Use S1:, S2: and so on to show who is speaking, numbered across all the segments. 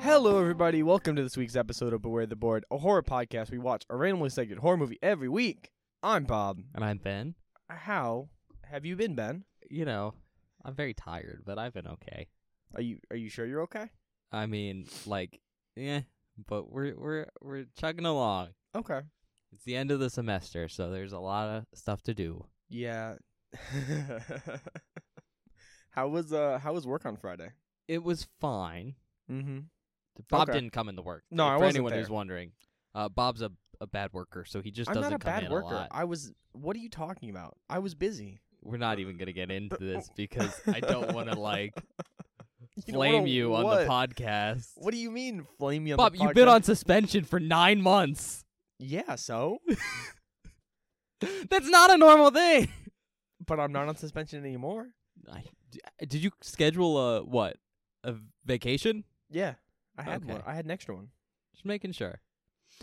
S1: Hello, everybody. Welcome to this week's episode of Beware the Board, a horror podcast. We watch a randomly selected horror movie every week. I'm Bob.
S2: And I'm Ben.
S1: How have you been, Ben?
S2: You know, I'm very tired, but I've been okay.
S1: Are you Are you sure you're okay?
S2: I mean, like, yeah, but we're we're we're chugging along.
S1: Okay.
S2: It's the end of the semester, so there's a lot of stuff to do.
S1: Yeah. how was uh How was work on Friday?
S2: It was fine.
S1: Mm-hmm.
S2: Bob
S1: Okay.
S2: didn't come into work.
S1: No,
S2: for
S1: I wasn't
S2: anyone
S1: there.
S2: who's wondering, uh, Bob's a a bad worker, so he just
S1: I'm
S2: doesn't
S1: not a
S2: come
S1: bad
S2: in
S1: worker.
S2: a lot.
S1: I was. What are you talking about? I was busy.
S2: We're not even gonna get into this because I don't want to like
S1: You don't
S2: blame
S1: wanna
S2: you on
S1: what?
S2: the podcast.
S1: What do you mean, flame you on
S2: Bob,
S1: the podcast?
S2: you've been on suspension for nine months.
S1: Yeah, so.
S2: That's not a normal thing.
S1: But I'm not on suspension anymore.
S2: I, d- uh, did you schedule a what? A vacation?
S1: Yeah, I had
S2: Okay.
S1: one. I had an extra one.
S2: Just making sure.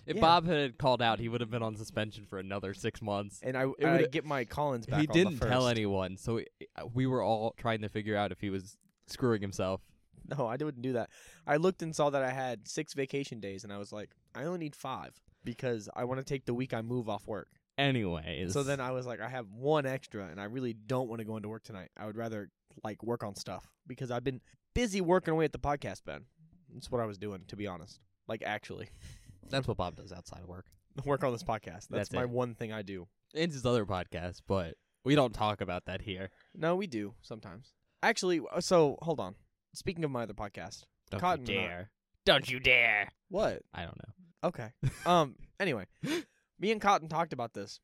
S2: If
S1: Yeah.
S2: Bob had called out, he would have been on suspension for another six months.
S1: and I, I
S2: It would-
S1: would get my Collins back.
S2: he
S1: on
S2: didn't
S1: the
S2: tell
S1: first.
S2: anyone, so we, we were all trying to figure out if he was screwing himself.
S1: No, I didn't do that. I looked and saw that I had six vacation days, and I was like, I only need five because I want to take the week I move off work.
S2: Anyways,
S1: So then uh, I was like, I have one extra, and I really don't want to go into work tonight. I would rather like work on stuff because I've been busy working away at the podcast, Ben. That's what I was doing, to be honest. Like actually,
S2: that's what Bob does outside of work.
S1: work on this podcast. That's,
S2: That's
S1: my
S2: it.
S1: one thing I do.
S2: It's his other podcast, but we don't talk about that here.
S1: No, we do sometimes. Actually, uh, so hold on. Speaking of my other podcast,
S2: Don't
S1: Cotton
S2: you
S1: Nut.
S2: dare! Don't you dare!
S1: what?
S2: I don't know.
S1: Okay. Um. anyway, me and Cotton talked about this.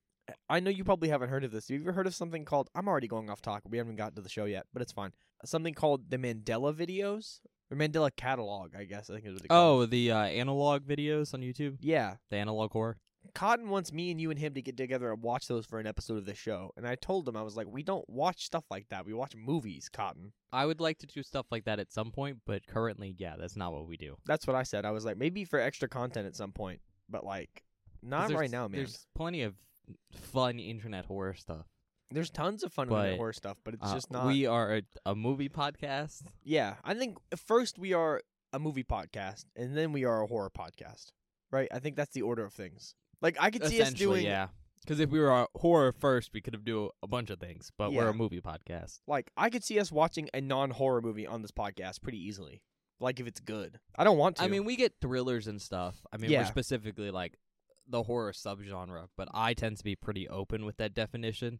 S1: I know you probably haven't heard of this. Have you ever heard of something called? I'm already going off talk. We haven't gotten to the show yet, but it's fine. Something called the Mandela videos or Mandela catalog. I guess I think is what they call. it.
S2: Oh, the uh, analog videos on YouTube,
S1: yeah.
S2: the analog horror.
S1: Cotton wants me and you and him to get together and watch those for an episode of the show. And I told him I was like, we don't watch stuff like that. We watch movies, Cotton.
S2: I would like to do stuff like that at some point, but currently, yeah, that's not what we do.
S1: That's what I said. I was like, maybe for extra content at some point, but like,
S2: 'Cause
S1: not
S2: there's-
S1: right now, man. There's,
S2: There's plenty of fun internet horror stuff.
S1: tons of fun
S2: But,
S1: with horror stuff, but it's
S2: Uh,
S1: just not.
S2: We are a, a movie podcast.
S1: Yeah, I think first we are a movie podcast, and then we are a horror podcast, right? I think that's the order of things. Like I could see us
S2: essentially,
S1: doing
S2: yeah. Because if we were a horror first, we could have do a bunch of things, but we're
S1: Yeah.
S2: a movie podcast.
S1: like I could see us watching a non-horror movie on this podcast pretty easily. Like if it's good, I don't want to.
S2: I mean, we get thrillers and stuff. I mean,
S1: Yeah.
S2: we're specifically like the horror subgenre, but I tend to be pretty open with that definition.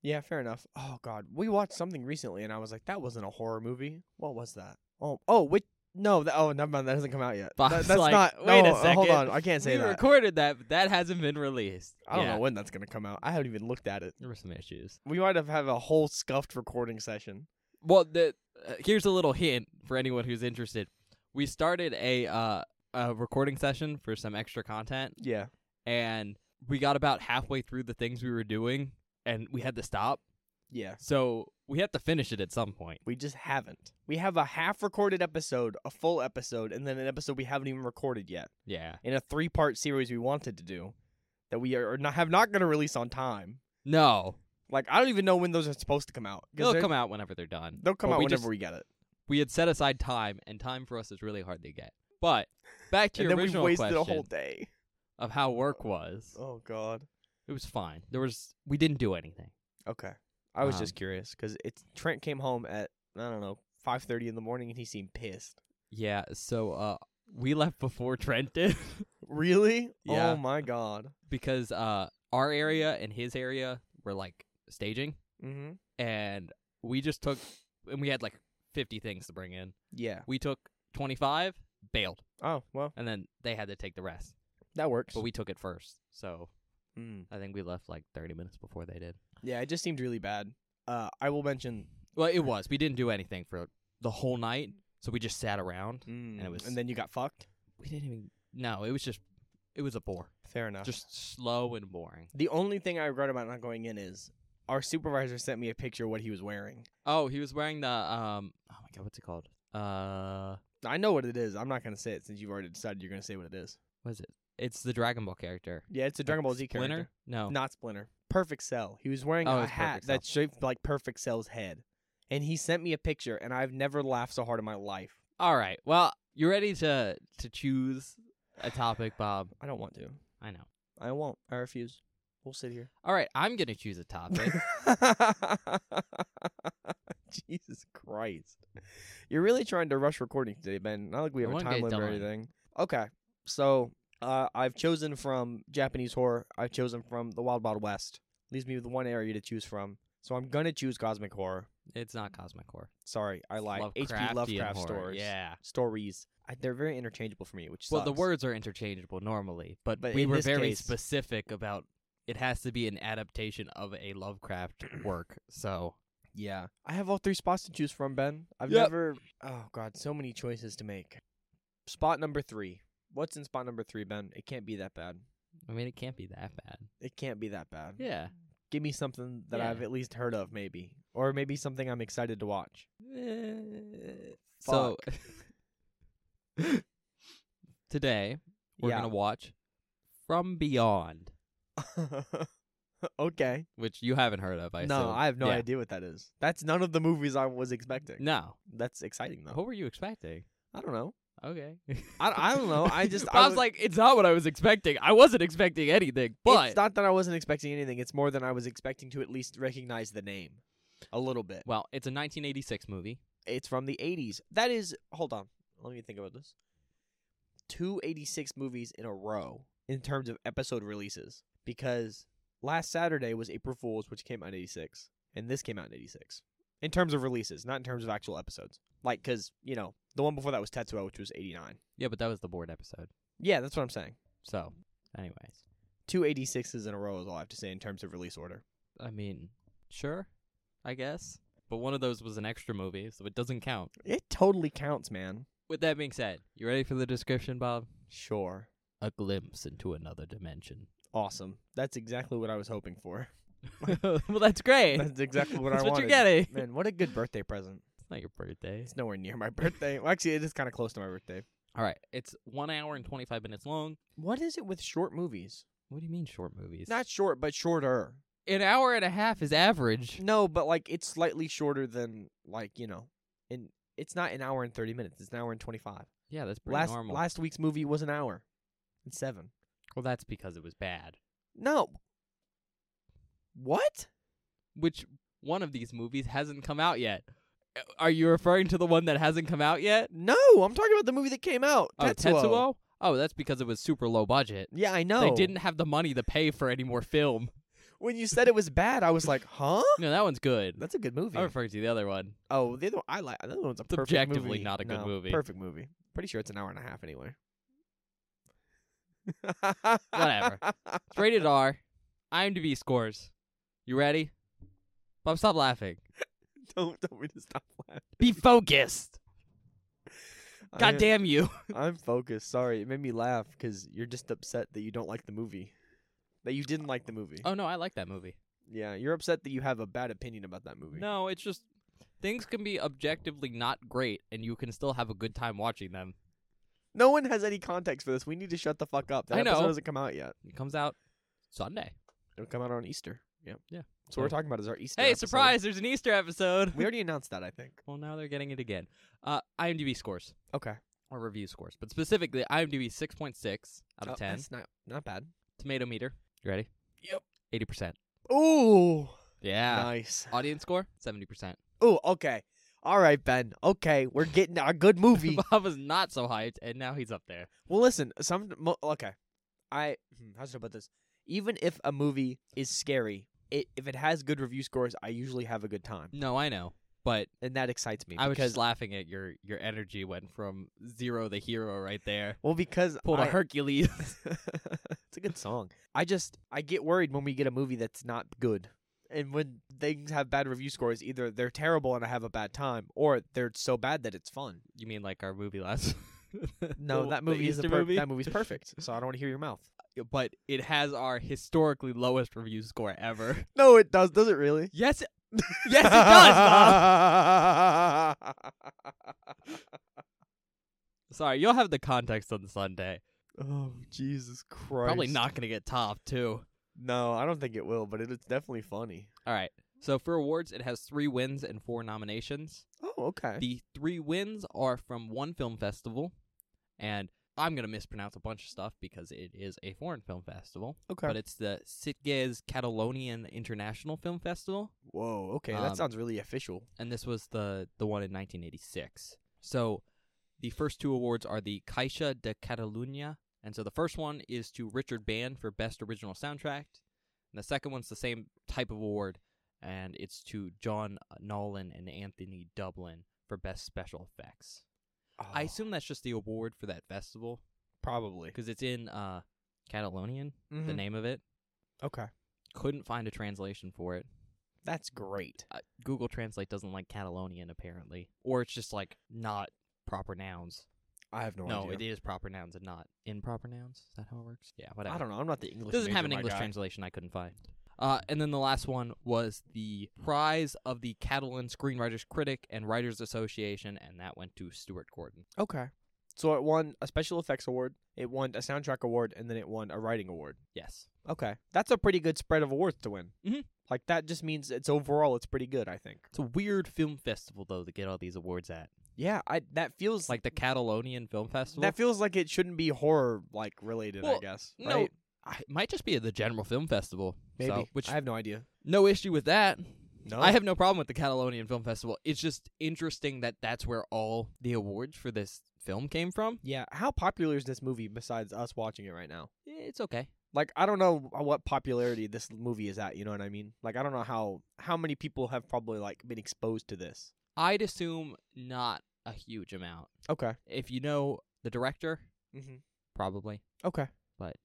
S1: yeah, fair enough. Oh God, we watched something recently, and I was like, that wasn't a horror movie. What was that? Oh, oh, wait, no, that, oh, never mind. That hasn't come out yet.
S2: Bob's
S1: That- that's
S2: like,
S1: not.
S2: "Wait a
S1: no, uh, Hold
S2: second.
S1: on, I can't say
S2: we
S1: that.
S2: recorded that, but that hasn't been released.
S1: I don't
S2: Yeah,
S1: know when that's gonna come out. I haven't even looked at it.
S2: There were some issues.
S1: We might have had a whole scuffed recording session.
S2: Well, the uh, here's a little hint for anyone who's interested. We started a uh, a recording session for some extra content,
S1: Yeah.
S2: and we got about halfway through the things we were doing, and we had to stop.
S1: Yeah.
S2: So we have to finish it at some point.
S1: We just haven't. We have a half recorded episode, a full episode, and then an episode we haven't even recorded yet
S2: Yeah.
S1: in a three part series we wanted to do that we are not have not going to release on time.
S2: No,
S1: Like I don't even know when those are supposed to come out. 'cause
S2: they'll
S1: they're-
S2: come out whenever they're done.
S1: They'll come
S2: But
S1: out
S2: we
S1: whenever
S2: just-
S1: we get it.
S2: We had set aside time, and time for us is really hard to get. But back to
S1: And
S2: your
S1: then we
S2: original
S1: wasted
S2: question
S1: a whole day.
S2: of how work was.
S1: Oh God.
S2: It was fine. There was we didn't do anything.
S1: Okay. I was
S2: Um,
S1: just curious because it's Trent came home at I don't know five thirty in the morning and he seemed pissed.
S2: Yeah. So uh, we left before Trent did.
S1: Really?
S2: Yeah.
S1: Oh my God.
S2: because uh our area and his area were like staging
S1: Mm-hmm.
S2: and we just took and we had like 50 things to bring in
S1: Yeah.
S2: we took 25 bailed
S1: Oh well,
S2: and then they had to take the rest
S1: that works.
S2: but we took it first so
S1: Mm.
S2: i think we left like 30 minutes before they did
S1: Yeah, it just seemed really bad. Uh, I will mention,
S2: well it was we didn't do anything for the whole night so we just sat around
S1: and,
S2: it was-
S1: then you got fucked.
S2: we didn't even no it was just it was a bore
S1: Fair enough.
S2: just slow and boring
S1: the only thing I regret about not going in is our supervisor sent me a picture of what he was wearing.
S2: oh he was wearing the um oh my god what's it called uh
S1: I know what it is. I'm not gonna say it since you've already decided you're gonna say what it is.
S2: what is it it's the dragon ball character
S1: Yeah, it's a Dragon Ball Z
S2: Splinter?
S1: character,
S2: No.
S1: not Splinter. Perfect Cell. He was wearing
S2: Oh,
S1: a
S2: it's
S1: hat
S2: Perfect Cell.
S1: that's shaped like Perfect Cell's head, and he sent me a picture, and I've never laughed so hard in my life.
S2: All right. Well, You ready to to choose a topic, Bob?
S1: I don't want to.
S2: I know.
S1: I won't. I refuse. We'll sit here.
S2: All right, I'm gonna choose a topic.
S1: Jesus Christ. You're really trying to rush recording today, Ben. Not like we
S2: I
S1: have a
S2: wanna
S1: time
S2: get it
S1: limit or
S2: done.
S1: anything. Okay. So uh, I've chosen from Japanese horror. I've chosen from the Wild Wild West. Leaves me with one area to choose from. So I'm gonna choose cosmic horror.
S2: it's not cosmic horror.
S1: Sorry, I lied.
S2: Lovecraftian
S1: H.P. Lovecraft
S2: horror,
S1: stories.
S2: Yeah.
S1: Stories. I, they're very interchangeable for me, which
S2: Well, the
S1: sucks.
S2: words are interchangeable normally, but,
S1: But
S2: we
S1: in
S2: were
S1: this
S2: very
S1: case-
S2: specific about it has to be an adaptation of a Lovecraft work. So
S1: Yeah. I have all three spots to choose from, Ben. I've
S2: Yep.
S1: never Oh god, so many choices to make. Spot number 3. What's in spot number 3, Ben? It can't be that bad.
S2: I mean, it can't be that bad.
S1: It can't be that bad.
S2: Yeah.
S1: Give me something that
S2: Yeah.
S1: I've at least heard of maybe or maybe something I'm excited to watch.
S2: Eh, so today we're
S1: Yeah.
S2: gonna watch From Beyond,
S1: okay.
S2: which you haven't heard of. I
S1: no,
S2: assume.
S1: I have no
S2: Yeah.
S1: idea what that is. That's none of the movies I was expecting.
S2: No.
S1: That's exciting though.
S2: What were you expecting?
S1: I don't know.
S2: Okay.
S1: I, I don't know. I just
S2: I, was,
S1: wa-
S2: like, it's not what I was expecting. I wasn't expecting anything, but
S1: it's not that I wasn't expecting anything. It's more than I was expecting to at least recognize the name a little bit.
S2: well, it's a 1986 movie.
S1: It's from the 80s. That is, hold on. Let me think about this. 286 movies in a row in terms of episode releases because last Saturday was April Fools, which came out in 86, and this came out in 86. In terms of releases, not in terms of actual episodes. Like, because, you know, the one before that was Tetsuo, which was 89.
S2: Yeah, but that was the board episode.
S1: Yeah, that's what I'm saying.
S2: So, anyways,
S1: 286s in a row is all I have to say in terms of release order.
S2: I mean, sure, I guess. But one of those was an extra movie, so it doesn't count.
S1: It totally counts, man.
S2: With that being said, you ready for the description, Bob?
S1: Sure.
S2: A glimpse into another dimension.
S1: Awesome. That's exactly what I was hoping for.
S2: well, that's great.
S1: That's exactly what
S2: That's
S1: I
S2: what
S1: wanted.
S2: you're getting.
S1: Man, what a good birthday present.
S2: It's not your birthday.
S1: It's nowhere near my birthday. Well, actually, it is kind of close to my birthday.
S2: All right, it's one hour and twenty five minutes long.
S1: What is it with short movies?
S2: What do you mean short movies?
S1: Not short, but shorter.
S2: an hour and a half is average.
S1: No, but like it's slightly shorter than like you know, and it's not an hour and thirty minutes. It's an hour and twenty five.
S2: Yeah, that's pretty
S1: Last
S2: normal.
S1: last week's movie was an hour and seven.
S2: well, that's because it was bad.
S1: No. What?
S2: Which one of these movies hasn't come out yet? Uh, Are you referring to the one that hasn't come out yet?
S1: No, I'm talking about the movie that came out.
S2: Oh, Tetsuo? Oh, that's because it was super low budget.
S1: Yeah, I know.
S2: They didn't have the money to pay for any more film.
S1: When you said it was bad, I was like, huh?
S2: No, that one's good.
S1: That's a good movie.
S2: I'm referring to the other one.
S1: Oh, the other one I like. The other one's a
S2: It's
S1: perfect
S2: objectively
S1: movie.
S2: not a good
S1: No,
S2: movie.
S1: Perfect movie. Pretty sure it's an hour and a half anyway.
S2: Whatever. It's rated R. IMDb scores. You ready? Bob, stop laughing.
S1: don't tell me to stop laughing.
S2: Be focused. God damn you.
S1: I'm, I'm focused. Sorry, it made me laugh because you're just upset that you don't like the movie, that you didn't like the movie.
S2: Oh no, I like that movie.
S1: yeah, you're upset that you have a bad opinion about that movie.
S2: No, it's just things can be objectively not great and you can still have a good time watching them.
S1: No one has any context for this. We need to shut the fuck up. That
S2: I
S1: episode
S2: know.
S1: hasn't come out yet.
S2: It comes out Sunday.
S1: It'll come out on Easter. Yep.
S2: Yeah.
S1: So, we're talking about is our Easter.
S2: Hey,
S1: episode.
S2: surprise, there's an Easter episode.
S1: We already announced that, I think.
S2: well, now they're getting it again. Uh IMDb scores
S1: Okay.
S2: or review scores, but specifically IMDb 6.6 out of
S1: Oh,
S2: 10.
S1: That's not not bad.
S2: Tomato meter. You ready?
S1: Yep.
S2: 80%.
S1: Ooh.
S2: Yeah.
S1: Nice.
S2: Audience score 70%.
S1: Ooh, okay. All right, Ben. Okay, we're getting a good movie.
S2: Bob was not so hyped and now he's up there.
S1: well, listen, some mo- okay. I hmm, how should I put this? Even if a movie is scary, it if it has good review scores, I usually have a good time,
S2: No, I know. But
S1: and that excites me
S2: I was
S1: because
S2: just laughing at your your energy went from zero to hero right there.
S1: well because
S2: Pulled a
S1: I-
S2: Hercules.
S1: it's a good song. I just I get worried when we get a movie that's not good. And when things have bad review scores, either they're terrible and I have a bad time, or they're so bad that it's fun.
S2: You mean like our movie last?
S1: No,
S2: The-
S1: that
S2: the
S1: movie is a
S2: Easter
S1: per-
S2: movie?
S1: that movie's perfect. So I don't want to hear your mouth.
S2: but it has our historically lowest review score ever.
S1: No, it does. Does it really?
S2: yes, it- yes, it does. Bob. Sorry, you'll have the context on Sunday.
S1: oh Jesus Christ!
S2: Probably not gonna get top too.
S1: No, I don't think it will. But it, it's definitely funny.
S2: All right. So for awards, it has three wins and four nominations.
S1: Oh, okay.
S2: The three wins are from one film festival, and I'm gonna mispronounce a bunch of stuff because it is a foreign film festival,
S1: Okay.
S2: but it's the Sitges Catalonian International Film Festival,
S1: Whoa. Okay,
S2: Um,
S1: that sounds really official.
S2: and this was the the one in 1986. So, the first two awards are the Caixa de Catalunya, and so the first one is to Richard Band for Best Original Soundtrack, and the second one's the same type of award, and it's to John Nolan and Anthony Dublin for Best Special Effects. I
S1: Oh,
S2: assume that's just the award for that festival
S1: probably.
S2: because it's in uh, Catalonian, the
S1: Mhm.
S2: name of it.
S1: Okay,
S2: Couldn't find a translation for it.
S1: that's great.
S2: Uh, Google Translate doesn't like Catalonian apparently, or it's just like not proper nouns.
S1: I have no,
S2: no,
S1: idea.
S2: it is proper nouns and not improper nouns. Is that how it works? Yeah, whatever.
S1: I don't know. I'm not the English.
S2: doesn't have an
S1: major, my
S2: English
S1: guy.
S2: translation. I couldn't find. Uh, and then the last one was the prize of the Catalan Screenwriters Critic and Writers Association, and that went to Stuart Gordon.
S1: Okay. So it won a special effects award, it won a soundtrack award, and then it won a writing award.
S2: Yes.
S1: Okay, that's a pretty good spread of awards to win.
S2: Mhm.
S1: Like that just means it's overall it's pretty good. I think.
S2: It's a weird film festival though to get all these awards at.
S1: Yeah, I that feels
S2: It's like the Catalonian Film Festival.
S1: that feels like it shouldn't be horror like related. I
S2: Well,
S1: guess.
S2: no,
S1: right?
S2: I- it might just be at the General Film Festival.
S1: maybe.
S2: so- which
S1: I have no idea.
S2: no issue with that.
S1: No,
S2: I have no problem with the Catalonian Film Festival. It's just interesting that that's where all the awards for this film came from.
S1: Yeah, how popular is this movie besides us watching it right now?
S2: Eh, It's okay.
S1: Like I don't know what popularity this movie is at. You know what I mean? Like I don't know how how many people have probably like been exposed to this.
S2: I'd assume not a huge amount.
S1: Okay.
S2: If you know the director,
S1: Mm-hmm.
S2: probably.
S1: Okay.
S2: But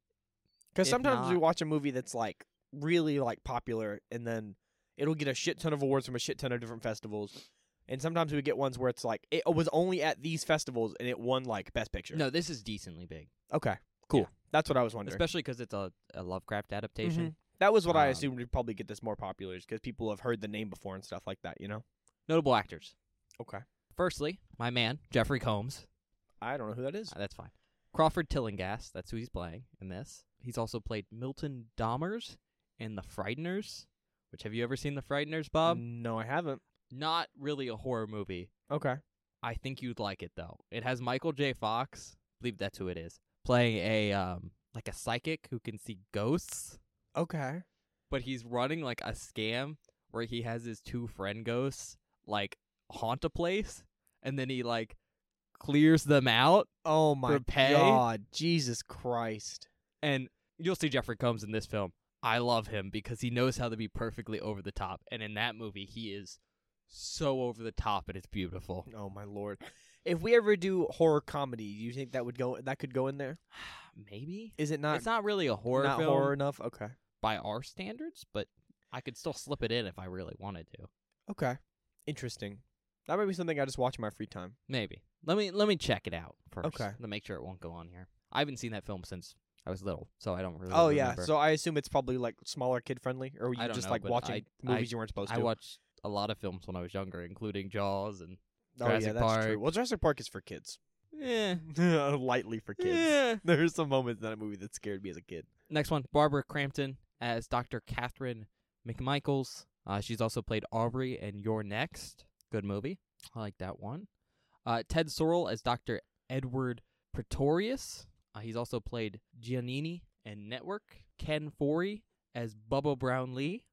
S1: because
S2: if
S1: sometimes we
S2: not-
S1: watch a movie that's like really like popular, and then it'll get a shit ton of awards from a shit ton of different festivals, and sometimes we get ones where it's like it was only at these festivals and it won like best picture.
S2: No, this is decently big,
S1: Okay. Cool.
S2: Yeah.
S1: That's what I was wondering.
S2: especially because it's a, a Lovecraft adaptation.
S1: Mhm. That was what I
S2: Um,
S1: assumed would probably get this more popular, because people have heard the name before and stuff like that. You know.
S2: Notable actors.
S1: Okay.
S2: Firstly, my man Jeffrey Combs.
S1: I don't know who that is.
S2: Uh, that's fine. Crawford Tillinghast, that's who he's playing in this. He's also played Milton Dahmers in The Frighteners, which have you ever seen The Frighteners, Bob?
S1: no, I haven't.
S2: Not really a horror movie.
S1: Okay.
S2: I think you'd like it though. It has Michael J. Fox, I believe that's who it is, playing a um like a psychic who can see ghosts,
S1: Okay.
S2: but he's running like a scam where he has his two friend ghosts like haunt a place and then he like clears them out
S1: Oh my
S2: pay?
S1: god, Jesus Christ!
S2: And you'll see Jeffrey Combs in this film. I love him because he knows how to be perfectly over the top. And in that movie, he is so over the top and it's beautiful.
S1: Oh my lord! If we ever do horror comedy, do you think that would go? That could go in there?
S2: Maybe?
S1: Is it not?
S2: it's not really a horror
S1: not
S2: film
S1: horror enough. Okay.
S2: by our standards, but I could still slip it in if I really wanted to.
S1: Okay. Interesting. That might be something I just watch in my free time.
S2: Maybe. Let me let me check it out first.
S1: Okay.
S2: To make sure it won't go on here. I haven't seen that film since I was little, so I don't really
S1: oh yeah,
S2: remember.
S1: so I assume it's probably like smaller kid friendly, or were
S2: I
S1: you
S2: don't
S1: just
S2: know,
S1: like
S2: but
S1: watching
S2: I-
S1: movies you weren't supposed
S2: I
S1: to.
S2: watched a lot of films when I was younger, including Jaws and
S1: oh yeah,
S2: Jurassic
S1: that's true.
S2: Park.
S1: Well, Jurassic Park is for kids, Eh.
S2: Yeah.
S1: lightly for kids.
S2: Yeah.
S1: There's some moments in that movie that scared me as a kid.
S2: Next one, Barbara Crampton as Dr. Catherine McMichaels. Uh, she's also played Aubrey in Your Next. Good movie. I like that one. Uh, Ted Sorrell as Dr. Edward Pretorius. Uh, he's also played Giannini in Network. Ken Forey as Bubba Brown Lee.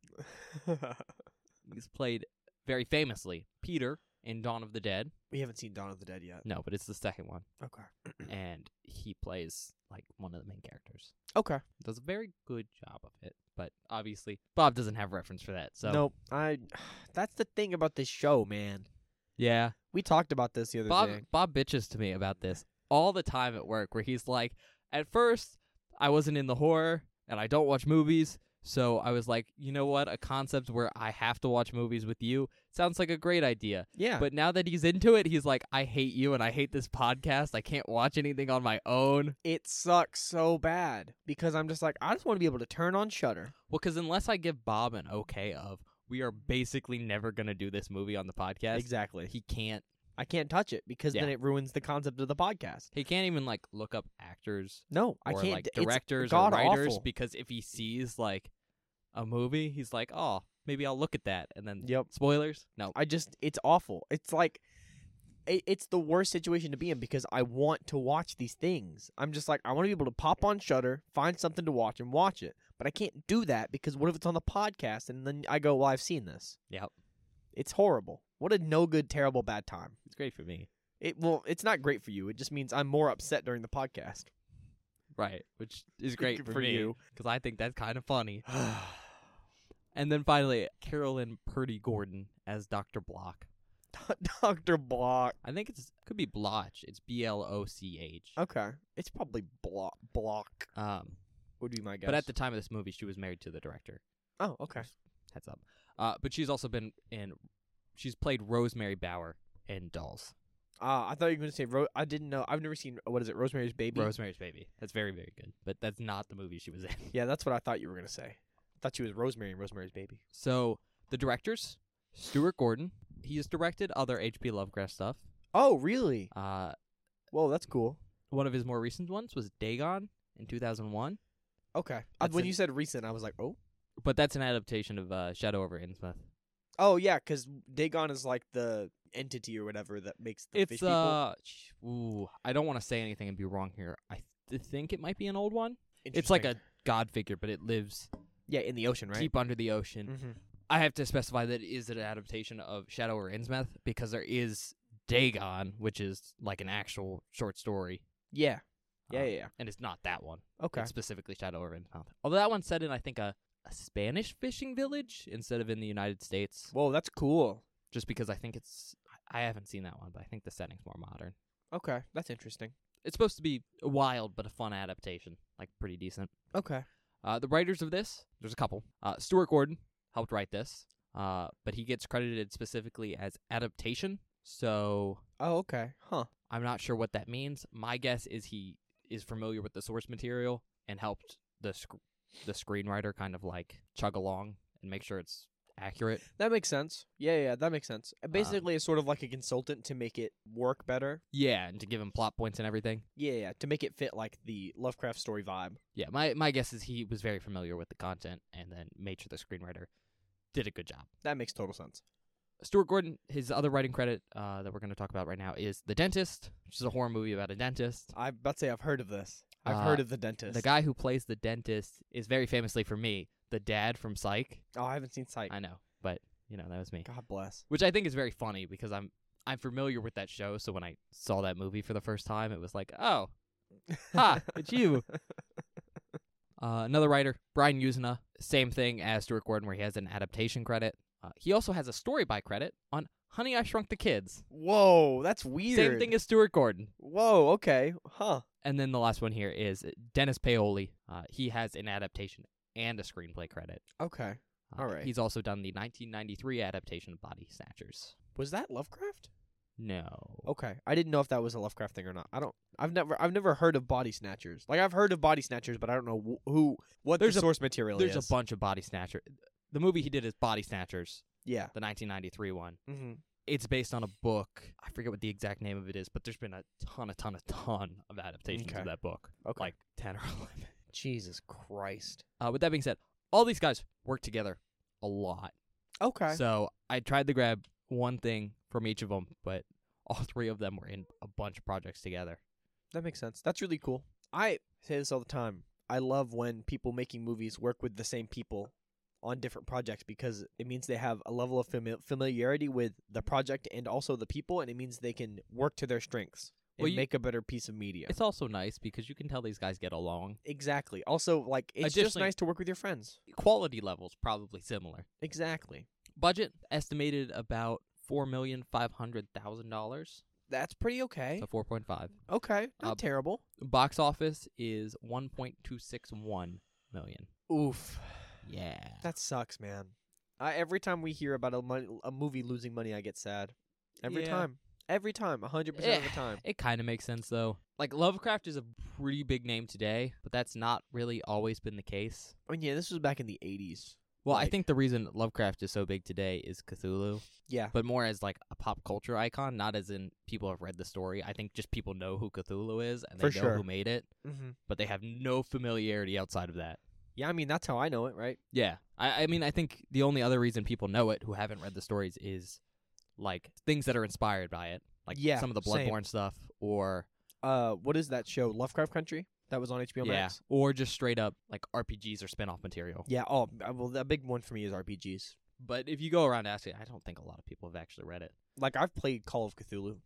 S2: He's played very famously Peter in Dawn of the Dead.
S1: we haven't seen Dawn of the Dead yet.
S2: No, but it's the second one.
S1: Okay.
S2: And he plays like one of the main characters.
S1: Okay.
S2: does a very good job of it. But obviously, Bob doesn't have reference for that. So
S1: Nope. I. That's the thing about this show, man.
S2: yeah,
S1: We talked about this the other
S2: Bob
S1: day.
S2: Bob bitches to me about this all the time at work, where he's like, at first I wasn't in the horror and I don't watch movies. So I was like, you know what? A concept where I have to watch movies with you sounds like a great idea.
S1: Yeah.
S2: But now that he's into it, he's like, I hate you and I hate this podcast. I can't watch anything on my own.
S1: it sucks so bad because I'm just like I just want to be able to turn on Shutter.
S2: Well, because unless I give Bob an okay of, we are basically never going to do this movie on the podcast,
S1: Exactly.
S2: he can't
S1: I can't touch it because then
S2: Yeah.
S1: it ruins the concept of the podcast.
S2: He can't even like look up actors
S1: No, I
S2: or
S1: can't.
S2: like
S1: d- it's
S2: directors or
S1: god
S2: writers
S1: awful.
S2: because if he sees like a movie, he's like, "Oh, maybe I'll look at that." And then
S1: Yep.
S2: spoilers. No.
S1: I just it's awful. It's like it, it's the worst situation to be in because I want to watch these things. I'm just like I want to be able to pop on Shutter, find something to watch, and watch it. But I can't do that because what if it's on the podcast and then I go, "Well, I've seen this."
S2: Yep.
S1: It's horrible. What a no good, terrible, bad time.
S2: It's great for me.
S1: It well, it's not great for you. It just means I'm more upset during the podcast.
S2: Right, which is great for,
S1: For
S2: you
S1: you.
S2: because I think that's kind of funny. And then finally, Carolyn Purdy Gordon as Dr. Block.
S1: Doctor Block.
S2: I think it's could be Blotch. It's B L O C H.
S1: Okay, it's probably Block. Block
S2: Um,
S1: would be my guess.
S2: but at the time of this movie, she was married to the director.
S1: oh, okay.
S2: Heads up. Uh, but she's also been in. She's played Rosemary Bauer in Dolls.
S1: Ah, I thought you were going to say. Ro- I didn't know. I've never seen. What is it? Rosemary's Baby.
S2: Rosemary's Baby. That's very very good. But that's not the movie she was in.
S1: Yeah, that's what I thought you were going to say. I thought she was Rosemary and Rosemary's Baby.
S2: So the directors, Stuart Gordon. He has directed other H.P. Lovecraft stuff.
S1: Oh, really?
S2: Uh,
S1: Whoa, that's cool.
S2: one of his more recent ones was Dagon in 2001.
S1: Okay. Uh,
S2: That's
S1: when
S2: an-
S1: you said recent, I was like, oh.
S2: But that's an adaptation of uh, Shadow over Innsmouth.
S1: Oh yeah, because Dagon is like the entity or whatever that makes the fish
S2: It's
S1: people.
S2: uh, sh- ooh, I don't want to say anything and be wrong here. I th- think it might be an old one. It's like a
S1: Interesting.
S2: god figure, but it lives
S1: yeah in the ocean, right?
S2: deep under the ocean.
S1: Mhm.
S2: I have to specify that it is an adaptation of Shadow over Innsmouth because there is Dagon, which is like an actual short story.
S1: Yeah.
S2: uh,
S1: Yeah, yeah, yeah.
S2: And it's not that one.
S1: Okay.
S2: It's specifically Shadow over Innsmouth. Although that one's set in, I think, a, a Spanish fishing village instead of in the United States.
S1: Whoa, that's cool.
S2: just because I think it's I I haven't seen that one, but I think the setting's more modern.
S1: Okay, that's interesting.
S2: It's supposed to be wild but a fun adaptation, like pretty decent.
S1: Okay.
S2: Uh, the writers of this, there's a couple. Uh, Stuart Gordon helped write this, uh, but he gets credited specifically as adaptation. So
S1: Oh, okay. Huh.
S2: I'm not sure what that means. My guess is he is familiar with the source material and helped the sc- the screenwriter kind of like chug along and make sure it's accurate.
S1: That makes sense. Yeah, yeah, that makes sense.
S2: Um,
S1: Uh, Basically, it's sort of like a consultant to make it work better.
S2: Yeah, and to give him plot points and everything.
S1: Yeah, yeah, to make it fit like the Lovecraft story vibe.
S2: Yeah, my, my guess is he was very familiar with the content and then made sure the screenwriter did a good job.
S1: That makes total sense.
S2: Stuart Gordon, his other writing credit uh, that we're going to talk about right now is The Dentist, which is a horror movie about a dentist.
S1: I about to say I've heard of this. I've
S2: Uh,
S1: heard of the dentist.
S2: The guy who plays the dentist is very famously for me, the dad from Psych.
S1: Oh, I haven't seen Psych.
S2: I know, but you know that was me,
S1: God bless.
S2: which I think is very funny because I'm I'm familiar with that show. So when I saw that movie for the first time, it was like, oh, ha, it's you. Uh, another writer, Brian Usna, same thing as Stuart Gordon, where he has an adaptation credit. Uh, he also has a story by credit on Honey, I Shrunk the Kids.
S1: Whoa, that's weird.
S2: Same thing as Stuart Gordon.
S1: Whoa, okay. Huh.
S2: And then the last one here is Dennis Paoli. Uh, he has an adaptation and a screenplay credit.
S1: Okay.
S2: Uh,
S1: All right.
S2: He's also done the 1993 adaptation of Body Snatchers.
S1: Was that Lovecraft?
S2: No.
S1: Okay. I didn't know if that was a Lovecraft thing or not. I don't I've never I've never heard of body snatchers. Like I've heard of body snatchers, but I don't know wh- who what
S2: There's a-
S1: the source material
S2: There's
S1: is.
S2: a bunch of Body Snatchers. The movie he did is Body Snatchers,
S1: yeah.
S2: the 1993 one.
S1: Mhm.
S2: It's based on a book. I forget what the exact name of it is, but there's been a ton, a ton, a ton of adaptations of
S1: Okay.
S2: that book,
S1: Okay.
S2: like 10 or 11.
S1: Jesus Christ.
S2: Uh, with that being said, all these guys work together a lot.
S1: Okay.
S2: So I tried to grab one thing from each of them, but all three of them were in a bunch of projects together.
S1: That makes sense. That's really cool. I say this all the time. I love when people making movies work with the same people on different projects because it means they have a level of fami- familiarity with the project and also the people, and it means they can work to their strengths and
S2: Well, you-
S1: make a better piece of media.
S2: It's also nice because you can tell these guys get along.
S1: Exactly. Also, like it's just
S2: Additionally-
S1: nice to work with your friends.
S2: Quality levels probably similar.
S1: Exactly.
S2: Budget estimated about four million five hundred thousand dollars.
S1: That's pretty okay.
S2: So four point five.
S1: Okay, not
S2: Uh,
S1: terrible.
S2: Box office is one point two six one million.
S1: Oof,
S2: Yeah.
S1: that sucks, man. I, every time we hear about a, mon- a movie losing money, I get sad. Every
S2: Yeah.
S1: time. Every time. a hundred percent of the
S2: Eh.
S1: time.
S2: It kind of makes sense though. Like Lovecraft is a pretty big name today, but that's not really always been the case.
S1: I mean, yeah, this was back in the eighties.
S2: Well, I
S1: Like-
S2: think the reason Lovecraft is so big today is Cthulhu,
S1: Yeah.
S2: but more as like a pop culture icon, not as in people have read the story. I think just people know who Cthulhu is and they
S1: For
S2: know who
S1: sure.
S2: made it,
S1: Mm-hmm.
S2: but they have no familiarity outside of that.
S1: Yeah, I mean that's how I know it, right?
S2: Yeah. I, I mean, I think the only other reason people know it who haven't read the stories is like things that are inspired by it, like
S1: Yeah,
S2: some of the
S1: same.
S2: Bloodborne stuff, or
S1: Uh, what is that show? Lovecraft Country that was on HBO
S2: yeah,
S1: Max.
S2: or just straight up like RPGs or spin off material.
S1: Yeah. Oh, uh, well, the big one for me is RPGs.
S2: But if you go around asking, I don't think a lot of people have actually read it.
S1: Like I've played Call of Cthulhu.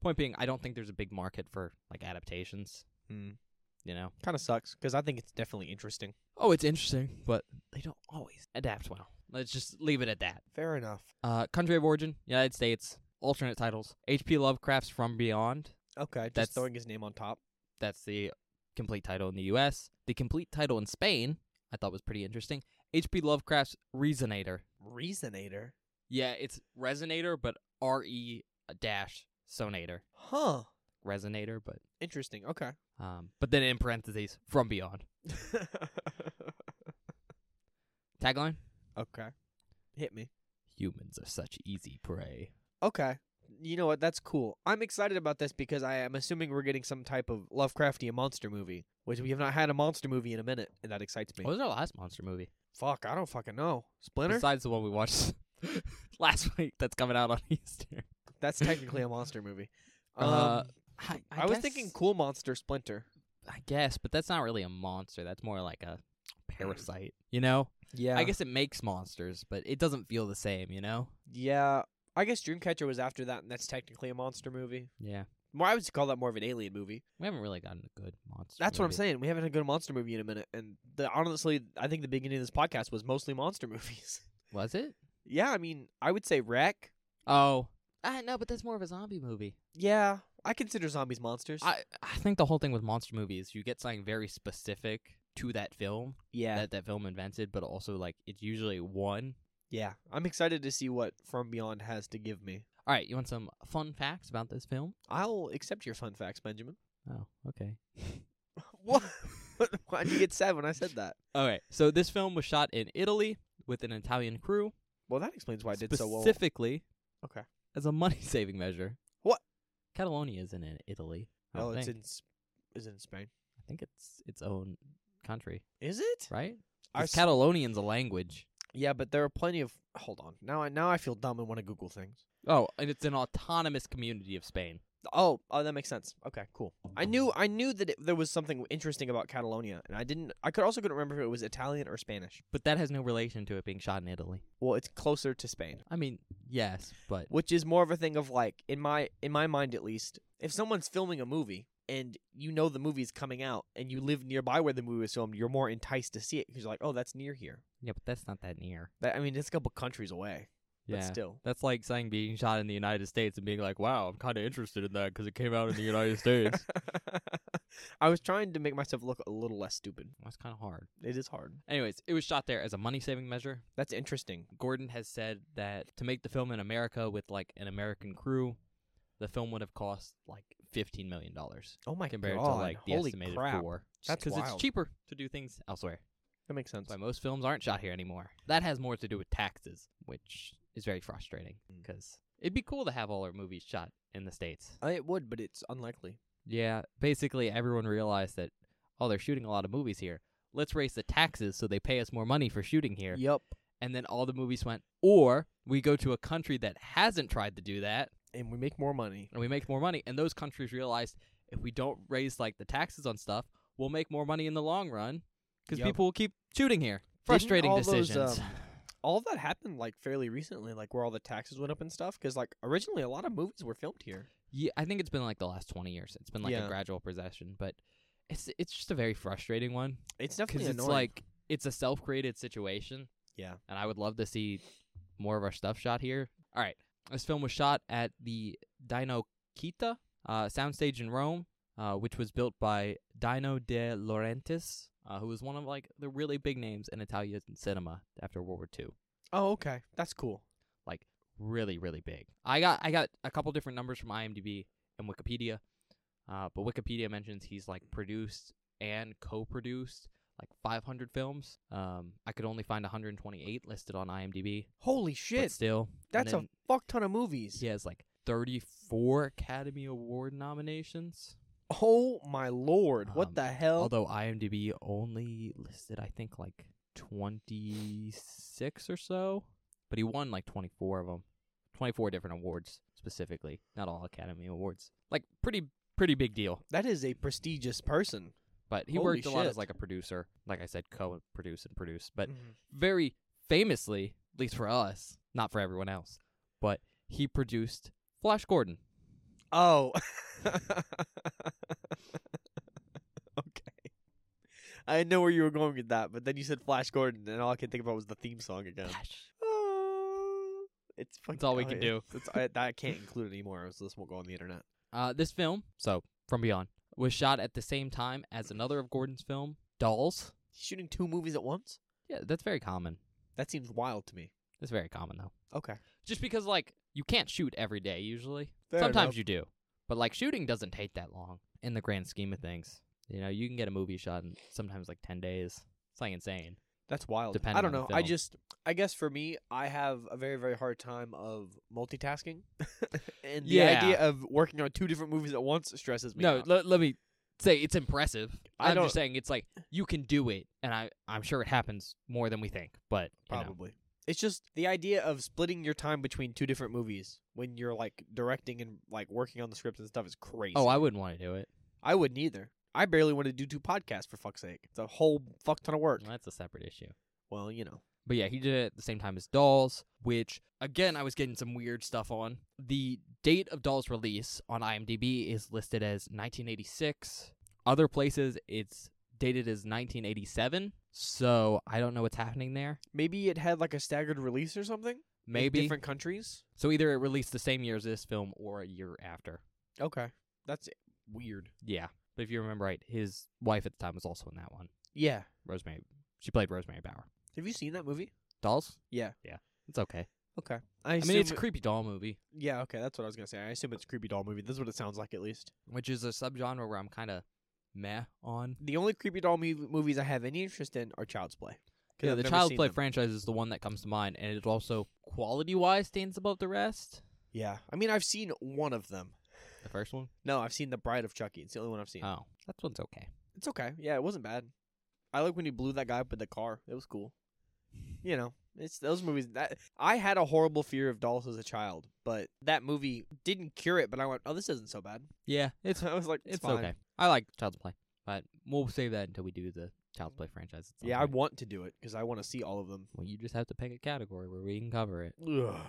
S2: Point being, I don't think there's a big market for like adaptations.
S1: Mm.
S2: You know.
S1: Kind of sucks because I think it's definitely interesting.
S2: Oh, it's interesting, but they don't always adapt well. Let's just leave it at that.
S1: Fair enough.
S2: Uh, country of origin, United States. Alternate titles: H.P. Lovecraft's From Beyond.
S1: Okay, just
S2: That's-
S1: throwing his name on top.
S2: That's the complete title in the U.S. The complete title in Spain, I thought was pretty interesting. H.P. Lovecraft's Resonator.
S1: Reasonator.
S2: Yeah, it's Resonator, but R E dash Sonator.
S1: Huh.
S2: Resonator, but
S1: Interesting. Okay.
S2: um, but then in parentheses, From Beyond. Tagline:
S1: okay. Hit me.
S2: Humans are such easy prey.
S1: Okay. You know what? That's cool. I'm excited about this because I am assuming we're getting some type of Lovecraftian monster movie, which we have not had a monster movie in a minute, and that excites me.
S2: What was our last monster movie?
S1: Fuck, I don't fucking know. Splinter?
S2: Besides the one we watched last week, that's coming out on Easter.
S1: That's technically a monster movie. Um,
S2: Uh, I,
S1: I, was thinking Cool Monster Splinter.
S2: I guess, but that's not really a monster. That's more like a parasite. You know,
S1: Yeah.
S2: I guess it makes monsters, but it doesn't feel the same. You know?
S1: Yeah. I guess Dreamcatcher was after that, and that's technically a monster movie.
S2: Yeah.
S1: Well, I would call that more of an alien movie.
S2: We haven't really gotten a good monster.
S1: That's what I'm
S2: movie.
S1: saying. We haven't had a good monster movie in a minute, and the, honestly, I think the beginning of this podcast was mostly monster movies.
S2: Was it?
S1: yeah, I mean, I would say Wreck.
S2: Oh, I no, but that's more of a zombie movie.
S1: Yeah, I consider zombies monsters.
S2: I I think the whole thing with monster movies, you get something very specific to that film
S1: yeah,
S2: that that film invented, but also like it's usually one.
S1: yeah. I'm excited to see what From Beyond has to give me.
S2: All right, you want some fun facts about this film?
S1: I'll accept your fun facts, Benjamin.
S2: Oh, okay.
S1: What? Why'd you get sad when I said that?
S2: All right. So this film was shot in Italy with an Italian crew,
S1: Well, that explains why Oh, I did so well.
S2: specifically.
S1: Okay.
S2: As a money-saving measure.
S1: What?
S2: Catalonia isn't in Italy. I
S1: Oh,
S2: don't
S1: it's
S2: think.
S1: in. S- Is it in Spain?
S2: I think it's its own country,
S1: Is it?
S2: right?
S1: I
S2: 'Cause
S1: s-
S2: Catalonian's a language.
S1: yeah, but there are plenty of. Hold on. Now I now I feel dumb and want to Google things.
S2: Oh, and it's an autonomous community of Spain.
S1: Oh, oh, that makes sense. Okay, cool. I knew I knew that it, there was something interesting about Catalonia, and I didn't. I could also couldn't remember if it was Italian or Spanish.
S2: But that has no relation to it being shot in Italy.
S1: Well, it's closer to Spain,
S2: I mean, yes, but
S1: which is more of a thing of like in my in my mind at least. If someone's filming a movie and you know the movie's coming out and you live nearby where the movie was filmed, you're more enticed to see it because you're like, oh, that's near here.
S2: yeah, but that's not that near.
S1: That, I mean, it's a couple countries away,
S2: Yeah.
S1: but still.
S2: That's like saying being shot in the United States and being like, "Wow, I'm kind of interested in that because it came out in the United States."
S1: I was trying to make myself look a little less stupid.
S2: That's kind of hard.
S1: It is hard.
S2: Anyways, it was shot there as a money-saving measure.
S1: That's interesting.
S2: Gordon has said that to make the film in America with like an American crew, the film would have cost like fifteen million dollars
S1: Oh my
S2: compared
S1: god!
S2: to like the
S1: Holy
S2: estimated
S1: crap!
S2: four. Just
S1: That's
S2: it's
S1: wild.
S2: cheaper to do things elsewhere.
S1: That makes sense.
S2: That's why most films aren't shot here anymore. That has more to do with taxes, which is very frustrating
S1: Mm.
S2: because it'd be cool to have all our movies shot in the states.
S1: Uh, It would, but it's unlikely.
S2: Yeah, basically everyone realized that oh, they're shooting a lot of movies here. Let's raise the taxes so they pay us more money for shooting here.
S1: Yep.
S2: And then all the movies went, or we go to a country that hasn't tried to do that
S1: And we make more money.
S2: and we make more money. And those countries realized if we don't raise like the taxes on stuff, we'll make more money in the long run because
S1: Yup.
S2: people will keep shooting here.
S1: Didn't
S2: Frustrating
S1: all those,
S2: decisions.
S1: um, All of that happened like fairly recently, like where all the taxes went up and stuff. Because like originally, a lot of movies were filmed here.
S2: Yeah, I think it's been like the last twenty years. It's been like
S1: Yeah.
S2: a gradual possession, but it's it's just a very frustrating one
S1: It's
S2: because
S1: definitely
S2: it's
S1: annoying.
S2: like it's a self created situation.
S1: Yeah.
S2: and I would love to see more of our stuff shot here. All right, this film was shot at the Dino Kita uh, soundstage in Rome, uh, which was built by Dino De Laurentiis, uh, who was one of like the really big names in Italian cinema after World War Two.
S1: oh, okay, that's cool.
S2: really really big. I got I got a couple different numbers from IMDb and Wikipedia, uh, but Wikipedia mentions he's like produced and co-produced like 500 films. Um, I could only find 128 listed on IMDb.
S1: Holy
S2: But
S1: shit,
S2: still,
S1: that's
S2: and
S1: a fuck ton of movies.
S2: then he has like 34 Academy Award nominations.
S1: Oh my lord, what
S2: Um,
S1: the hell?
S2: Although IMDb only listed I think like 26 or so, but he won like 24 of them, 24 different awards. It's specifically, not all Academy Awards. Like pretty pretty big deal.
S1: That is a prestigious person.
S2: But he
S1: Holy
S2: worked a lot as
S1: shit. Mm.
S2: like a producer, like I said, co-produce and produce. But
S1: Mm-hmm.
S2: very famously, at least for us, not for everyone else, but he produced Flash Gordon.
S1: Oh. okay. I know where you were going with that, but then you said Flash Gordon, and all I could think about was the theme song again.
S2: Flash.
S1: Oh, It's fucking.
S2: That's all we can
S1: oh,
S2: do.
S1: It's, I, I can't include it anymore, so this won't go on the internet.
S2: Uh, this film, so From Beyond, was shot at the same time as another of Gordon's film, Dolls.
S1: He's shooting two movies at once?
S2: Yeah, that's very common.
S1: That seems wild to me.
S2: That's very common though.
S1: Okay.
S2: Just because like you can't shoot every day usually.
S1: Fair
S2: Sometimes
S1: enough.
S2: you do. But like shooting doesn't take that long in the grand scheme of things. You know, you can get a movie shot in sometimes like 10 days. It's like insane.
S1: That's wild.
S2: Depending
S1: I don't
S2: on
S1: know.
S2: the
S1: I
S2: film.
S1: just, I guess for me, I have a very, very hard time of multitasking, and the
S2: Yeah.
S1: idea of working on two different movies at once stresses me.
S2: No,
S1: out.
S2: let, let me say it's impressive.
S1: I
S2: I'm
S1: don't-
S2: just saying it's like you can do it and I I'm sure it happens more than we think, but you know.
S1: probably. It's just the idea of splitting your time between two different movies when you're like directing and like working on the script and stuff is crazy.
S2: Oh, I wouldn't want to do it.
S1: I wouldn't either. I barely want to do two podcasts for fuck's sake. It's a whole fuck ton of work.
S2: That's a separate issue.
S1: Well, you know.
S2: But yeah, he did it at the same time as Dolls, which again I was getting some weird stuff on. The date of Dolls release on IMDb is listed as 1986. Other places it's dated as 1987. So I don't know what's happening there.
S1: Maybe it had like a staggered release or something. in
S2: Maybe
S1: different countries.
S2: so either it released the same year as this film or a year after.
S1: Okay, that's weird.
S2: Yeah, but if you remember right, his wife at the time was also in that one.
S1: Yeah.
S2: Rosemary, she played Rosemary Bauer.
S1: Have you seen that movie?
S2: Dolls.
S1: Yeah.
S2: yeah, it's okay.
S1: Okay.
S2: I mean, it's a creepy doll movie.
S1: yeah. Okay, that's what I was gonna say. I assume it's a creepy doll movie. This is what it sounds like, at least.
S2: which is a subgenre where I'm kind of meh on.
S1: The only creepy doll mov- movies I have any interest in are Child's Play. 'Cause
S2: Yeah,
S1: I've
S2: the
S1: never
S2: Child's
S1: seen
S2: Play
S1: them.
S2: franchise is the one that comes to mind, and it also quality wise stands above the rest.
S1: Yeah, I mean, I've seen one of them.
S2: The first one,
S1: No, I've seen The Bride of Chucky. It's the only one I've seen.
S2: oh, that one's okay.
S1: It's okay. Yeah, it wasn't bad. I like when he blew that guy up with the car. It was cool. You know, it's those movies that I had a horrible fear of dolls as a child, but that movie didn't cure it. But I went, oh, this isn't so bad.
S2: Yeah, it's
S1: I was like,
S2: it's,
S1: it's, fine.
S2: okay. I like Child's Play, but we'll save that until we do the Child's Play franchise. at some
S1: Yeah, I
S2: point.
S1: want to do it because I want to see all of them.
S2: well, you just have to pick a category where we can cover it.
S1: Ugh.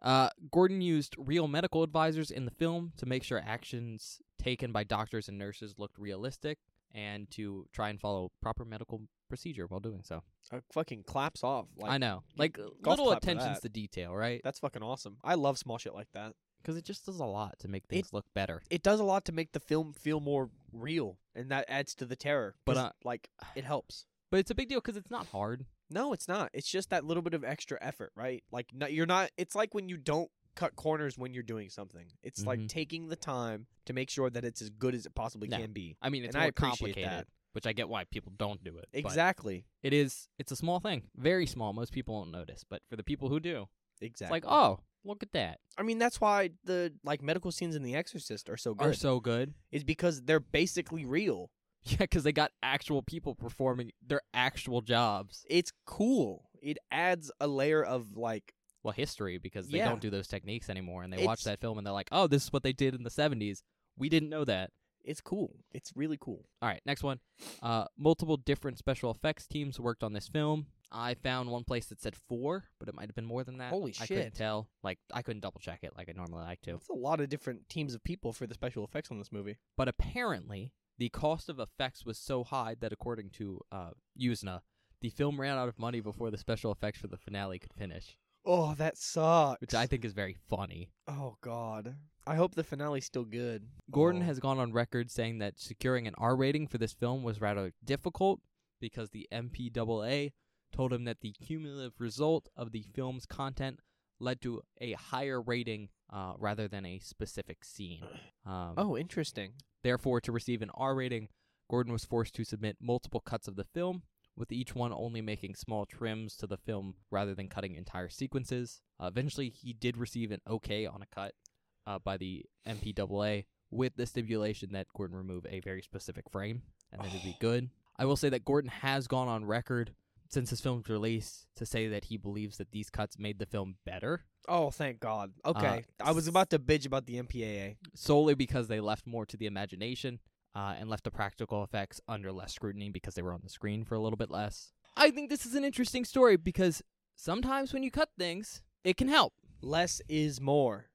S2: Uh, Gordon used real medical advisors in the film to make sure actions taken by doctors and nurses looked realistic and to try and follow proper medical procedure while doing so.
S1: I fucking claps off. Like,
S2: I know. Like
S1: golf
S2: little
S1: clap for
S2: attentions
S1: that.
S2: to detail, right?
S1: That's fucking awesome. I love small shit like that.
S2: Because it just does a lot to make things look better.
S1: It does a lot to make the film feel more real, and that adds to the terror.
S2: But,
S1: 'cause,
S2: uh,
S1: like, it helps.
S2: But it's a big deal because it's not hard.
S1: No, it's not. It's just that little bit of extra effort, right? Like, no, you're not. It's like when you don't cut corners when you're doing something. It's like
S2: Mhm.
S1: taking the time to make sure that it's as good as it possibly
S2: No.
S1: can be.
S2: I mean, it's
S1: And I
S2: more
S1: appreciate
S2: complicated,
S1: that.
S2: which I get why people don't do it. but
S1: Exactly.
S2: It is. It's a small thing, very small. Most people won't notice, but for the people who do, it's
S1: Exactly.
S2: like, oh, look at that.
S1: I mean, that's why the like medical scenes in The Exorcist are so good.
S2: Are so good.
S1: is because they're basically real.
S2: Yeah, because they got actual people performing their actual jobs.
S1: It's cool. It adds a layer of like
S2: Well, history because they
S1: Yeah.
S2: don't do those techniques anymore, and they watch
S1: It's-
S2: that film and they're like, oh, this is what they did in the '70s. We didn't know that.
S1: it's cool. It's really cool.
S2: All right, next one. Uh, multiple different special effects teams worked on this film. I found one place that said four, but it might have been more than that.
S1: Holy
S2: I couldn't
S1: shit.
S2: tell. Like I couldn't double check it like I normally like to.
S1: It's a lot of different teams of people for the special effects on this movie.
S2: But apparently, the cost of effects was so high that, according to uh, Usna, the film ran out of money before the special effects for the finale could finish,
S1: Oh, that sucks.
S2: which I think is very funny.
S1: Oh god. I hope the finale's still good.
S2: Gordon
S1: Oh.
S2: has gone on record saying that securing an R rating for this film was rather difficult because the MPAA told him that the cumulative result of the film's content led to a higher rating uh, rather than a specific scene. Um,
S1: Oh, interesting.
S2: Therefore, to receive an R rating, Gordon was forced to submit multiple cuts of the film, with each one only making small trims to the film rather than cutting entire sequences. Uh, eventually, he did receive an OK on a cut uh, by the MPAA, with the stipulation that Gordon remove a very specific frame, and then it'd be good. I will say that Gordon has gone on record since his film's release to say that he believes that these cuts made the film better
S1: Oh, thank God.
S2: Uh,
S1: Okay, I was about to bitch about the MPAA.
S2: solely because they left more to the imagination uh, and left the practical effects under less scrutiny because they were on the screen for a little bit less. I think this is an interesting story because sometimes when you cut things, it can help.
S1: Less is more.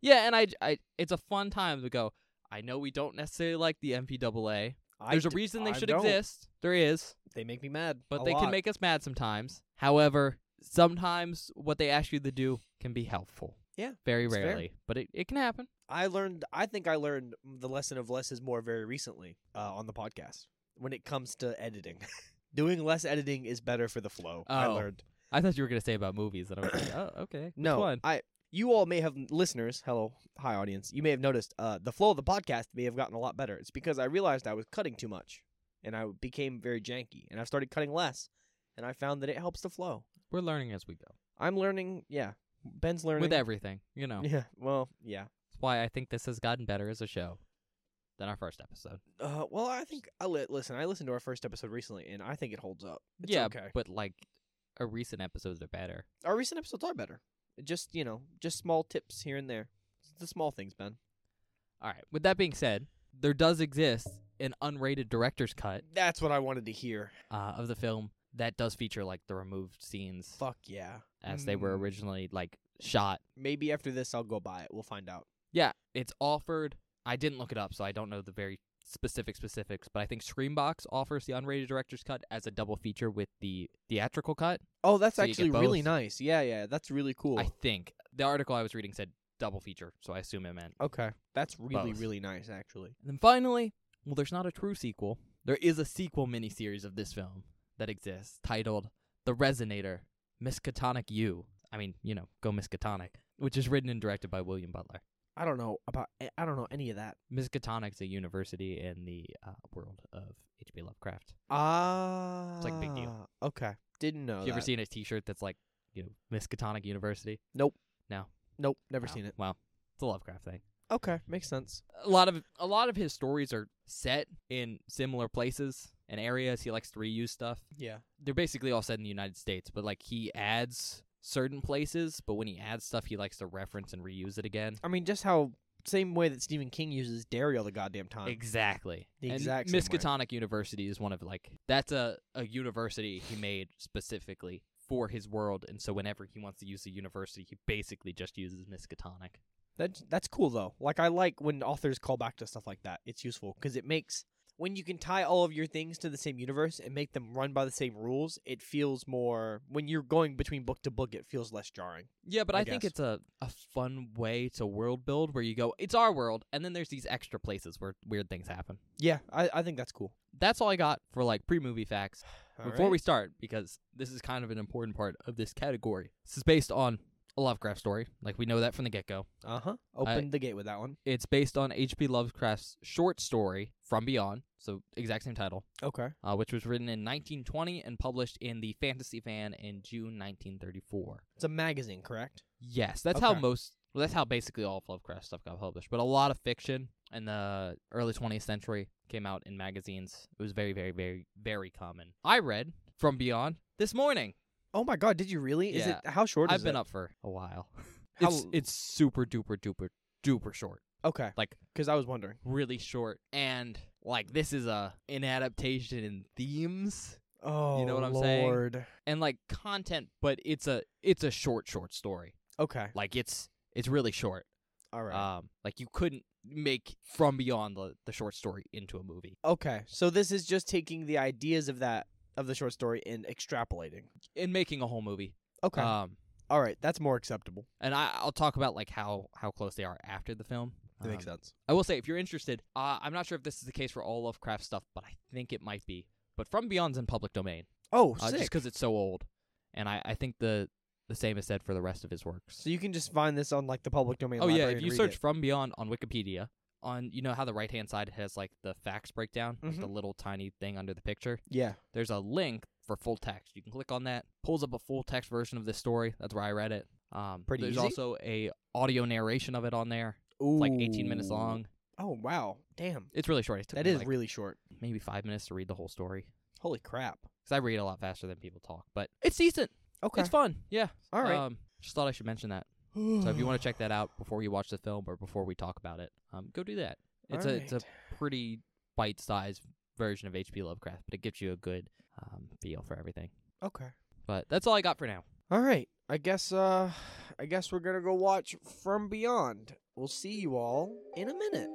S2: Yeah, and I, I it's a fun time to go. I know we don't necessarily like the MPAA.
S1: I
S2: There's a
S1: d-
S2: reason they
S1: I
S2: should
S1: don't.
S2: exist. There is,
S1: They make me mad,
S2: but
S1: a
S2: they
S1: lot.
S2: can make us mad sometimes. However, sometimes what they ask you to do can be helpful.
S1: Yeah,
S2: very
S1: it's fair.
S2: rarely, but it, it can happen.
S1: I learned. I think I learned the lesson of less is more very recently uh, on the podcast when it comes to editing. Doing less editing is better for the flow. I
S2: Oh.
S1: learned.
S2: I thought you were gonna say about movies, and I was like, oh, okay, which
S1: No,
S2: one?
S1: I. You all may have listeners. Hello, hi audience. You may have noticed uh, the flow of the podcast may have gotten a lot better. It's because I realized I was cutting too much, and I became very janky, and I started cutting less, and I found that it helps the flow.
S2: We're learning as we go.
S1: I'm learning. Yeah, Ben's learning.
S2: with everything. You know,
S1: Yeah. Well. Yeah.
S2: that's why I think this has gotten better as a show than our first episode.
S1: Uh, well, I think I li- listen. I listened to our first episode recently, and I think it holds up. It's
S2: yeah,
S1: okay.
S2: but like our recent episodes are better.
S1: Our recent episodes are better. Just you know, just small tips here and there. It's the small things, Ben.
S2: All right. With that being said, there does exist an unrated director's cut
S1: That's what I wanted to hear.
S2: uh, of the film that does feature like the removed scenes
S1: Fuck yeah.
S2: as they were
S1: Mm.
S2: originally like shot.
S1: Maybe after this, I'll go buy it. We'll find out.
S2: Yeah, it's offered. I didn't look it up, so I don't know the very specific specifics, but I think Screambox offers the unrated director's cut as a double feature with the theatrical cut.
S1: Oh, that's
S2: So you get
S1: actually really
S2: both.
S1: nice. Yeah, yeah, that's really cool.
S2: I think the article I was reading said double feature, so I assume it meant.
S1: okay, that's really
S2: Both.
S1: really nice actually.
S2: And then finally, well, there's not a true sequel. There is a sequel miniseries of this film that exists titled "The Resonator: Miskatonic You." I mean, you know, go Miskatonic, which is written and directed by William Butler.
S1: I don't know about. eh, I don't know any of that.
S2: Miskatonic's a university in the uh, world of H.P. Lovecraft.
S1: Ah,
S2: like big deal.
S1: Okay, didn't know.
S2: you ever
S1: Oh, that.
S2: seen a T-shirt that's like, you know, Miskatonic University?
S1: Nope, never
S2: Oh,
S1: seen it.
S2: Wow, it's a Lovecraft thing.
S1: Okay, makes sense.
S2: a lot of a lot of his stories are set in similar places and areas. He likes to reuse stuff.
S1: Yeah.
S2: They're basically all set in the United States, but like he adds certain places, but when he adds stuff, he likes to reference and reuse it again.
S1: I mean, just how same way that Stephen King uses dairy all the goddamn time.
S2: Exactly.
S1: The
S2: and
S1: exact same way.
S2: Miskatonic University is one of like that's a, a university he made specifically for his world, and so whenever he wants to use the university, he basically just uses Miskatonic.
S1: That that's cool though. Like I like when authors call back to stuff like that. It's useful because it makes when you can tie all of your things to the same universe and make them run by the same rules. It feels more when you're going between book to book. It feels less jarring.
S2: Yeah, but I,
S1: I
S2: think
S1: guess.
S2: it's a, a fun way to world build where you go, it's our world, and then there's these extra places where weird things happen.
S1: Yeah, I, I think that's cool.
S2: That's all I got for like pre movie facts.
S1: All
S2: Before
S1: right.
S2: we start, because this is kind of an important part of this category, this is based on a Lovecraft story. Like we know that from the get go.
S1: uh huh opened the gate with that one.
S2: It's based on H.P. Lovecraft's short story, From Beyond, so exact same title,
S1: Okay.
S2: uh, which was written in 1920 and published in the Fantasy Fan in June 1934.
S1: It's a magazine, correct?
S2: Yes, that's how
S1: Okay.
S2: most. Well, that's how basically all of Lovecraft stuff got published. But a lot of fiction in the early 20th century came out in magazines. It was very, very, very, very common. I read From Beyond this morning.
S1: Oh my god, did you really? Is
S2: Yeah.
S1: it how short?
S2: I've
S1: is
S2: been
S1: it?
S2: up for a while.
S1: How-
S2: It's, it's super duper duper duper short.
S1: Okay,
S2: Like
S1: because I was wondering.
S2: really short, and like this is a an adaptation in themes
S1: Oh,
S2: know what I'm saying?
S1: Lord.
S2: and like content, but it's a it's a short short story.
S1: Okay,
S2: Like it's it's really short.
S1: all right.
S2: Um, like you couldn't make from beyond the, the short story into a movie.
S1: Okay, so this is just taking the ideas of that of the short story and extrapolating.
S2: In making a whole movie.
S1: Okay,
S2: Um,
S1: all right, that's more acceptable.
S2: and I, I'll talk about like how how close they are after the film.
S1: That makes
S2: Um,
S1: sense.
S2: I will say if you're interested, uh, I'm not sure if this is the case for all Lovecraft stuff, but I think it might be. But From Beyond's in public domain,
S1: Oh,
S2: uh,
S1: sick.
S2: just because it's so old, and I, I think the the same is said for the rest of his works.
S1: so you can just find this on like the public domain.
S2: oh yeah,
S1: library
S2: if
S1: and
S2: you
S1: read
S2: search
S1: it.
S2: From Beyond on Wikipedia, on you know how the right hand side has like the facts breakdown, with the
S1: Mhm.
S2: little tiny thing under the picture.
S1: yeah,
S2: there's a link for full text. You can click on that. Pulls up a full text version of this story. That's where I read it. Um,
S1: Pretty
S2: there's
S1: easy?
S2: also a audio narration of it on there,
S1: Ooh.
S2: like 18 minutes long.
S1: Oh wow, damn,
S2: It's really short. It took
S1: that
S2: me,
S1: is
S2: like,
S1: really short.
S2: maybe five minutes to read the whole story.
S1: Holy crap!
S2: because I read a lot faster than people talk. But it's decent.
S1: Okay.
S2: It's fun. Yeah.
S1: All right.
S2: Um, just thought I should mention that. So if you want to check that out before you watch the film or before we talk about it, um, go do that. It's a it's a pretty bite sized version of H.P. Lovecraft, but it gives you a good um, feel for everything.
S1: Okay.
S2: But that's all I got for now.
S1: All right. I guess uh I guess we're going to go watch From Beyond. We'll see you all in a minute.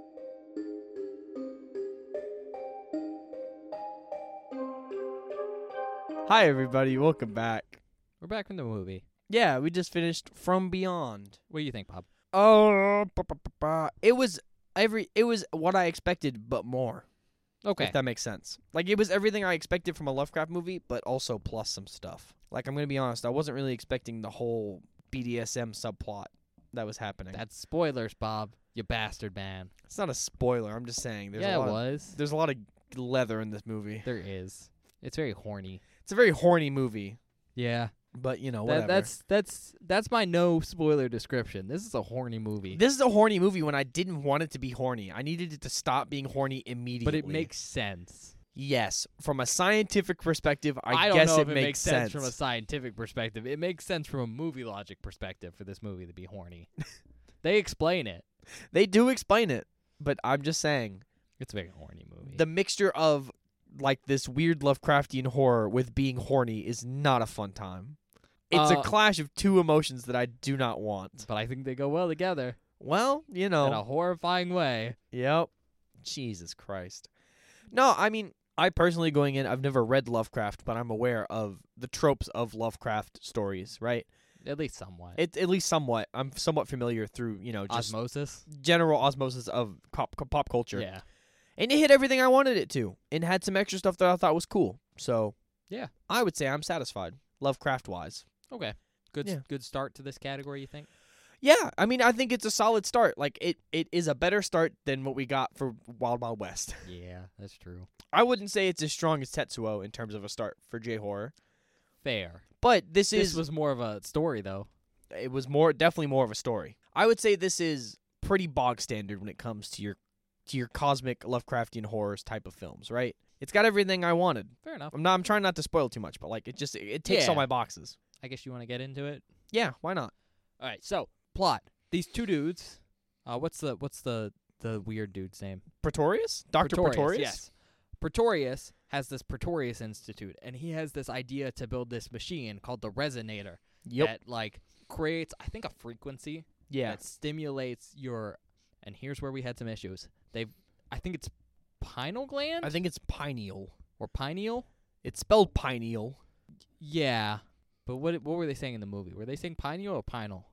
S1: Hi everybody. Welcome back.
S2: We're back from the movie.
S1: Yeah, we just finished From Beyond.
S2: What do you think, Bob?
S1: Oh, ba- ba- ba- ba. it was every it was what I expected but more.
S2: Okay.
S1: If that makes sense. Like it was everything I expected from a Lovecraft movie, but also plus some stuff. Like I'm gonna be honest, I wasn't really expecting the whole BDSM subplot that was happening.
S2: That's spoilers, Bob. You bastard man.
S1: it's not a spoiler. I'm just saying there's a
S2: yeah,
S1: lot.
S2: it
S1: Of,
S2: was.
S1: there's a lot of leather in this movie.
S2: There is. It's very horny.
S1: It's a very horny movie,
S2: Yeah.
S1: but you know Oh, whatever.
S2: That, that's that's that's my no spoiler description. This is a horny movie.
S1: this is a horny movie when I didn't want it to be horny. I needed it to stop being horny immediately.
S2: but it makes sense.
S1: yes, from a scientific perspective, I,
S2: don't
S1: guess
S2: know
S1: it,
S2: if it
S1: makes,
S2: sense. from a scientific perspective. It makes sense from a movie logic perspective for this movie to be horny. they explain it.
S1: They do explain it, but I'm just saying
S2: It's a very horny movie.
S1: the mixture of like this weird Lovecraftian horror with being horny is not a fun time. It's
S2: Uh,
S1: a clash of two emotions that I do not want.
S2: but I think they go well together
S1: Well, you
S2: in a
S1: know.
S2: horrifying way.
S1: Yep. Jesus Christ. No, I mean, I personally going in, I've never read Lovecraft, but I'm aware of the tropes of Lovecraft stories, right?
S2: At least somewhat.
S1: It, at least somewhat. I'm somewhat familiar through, you know, just
S2: Osmosis.
S1: general osmosis of pop, pop culture.
S2: Yeah.
S1: and it hit everything I wanted it to, and had some extra stuff that I thought was cool. So
S2: Yeah.
S1: I would say I'm satisfied, Lovecraft wise.
S2: Okay. Good s-
S1: Yeah.
S2: good start to this category, you think?
S1: Yeah, I mean I think it's a solid start. Like it, it is a better start than what we got for Wild Wild West.
S2: Yeah, that's true.
S1: I wouldn't say it's as strong as Tetsuo in terms of a start for J horror,
S2: Fair.
S1: but this,
S2: This
S1: is
S2: was more of a story though.
S1: it was more definitely more of a story. I would say this is pretty bog standard when it comes to your to your cosmic Lovecraftian horrors type of films, right? It's got everything I wanted.
S2: Fair enough.
S1: I'm not I'm trying not to spoil too much, but like it just it, it ticks all
S2: Yeah.
S1: my boxes.
S2: I guess you want to get into it.
S1: Yeah, why not?
S2: All right. So plot: these two dudes. Uh, what's the what's the the weird dude's name?
S1: Pretorius? Dr. Pretorius?
S2: Yes. Pretorius has this Pretorius Institute, and he has this idea to build this machine called the Resonator
S1: Yep.
S2: that like creates, I think, a frequency
S1: yeah.
S2: that stimulates your. And here's where we had some issues. They, have I think it's pineal gland
S1: I think it's pineal.
S2: or pineal.
S1: It's spelled pineal.
S2: Yeah, but what what were they saying in the movie? Were they saying pineal or pineal?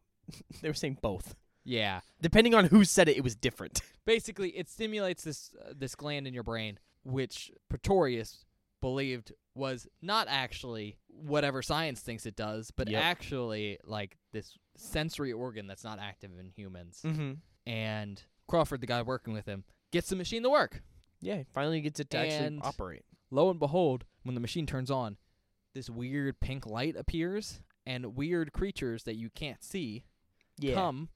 S1: They were saying both.
S2: Yeah.
S1: Depending on who said it, it was different.
S2: basically it stimulates this uh, this gland in your brain which Pretorius believed was not actually whatever science thinks it does but
S1: Yep.
S2: actually like this sensory organ that's not active in humans
S1: Mm-hmm.
S2: and Crawford the guy working with him gets the machine to work
S1: Yeah, finally gets it to actually
S2: And-
S1: operate.
S2: lo and behold when the machine turns on this weird pink light appears and weird creatures that you can't see come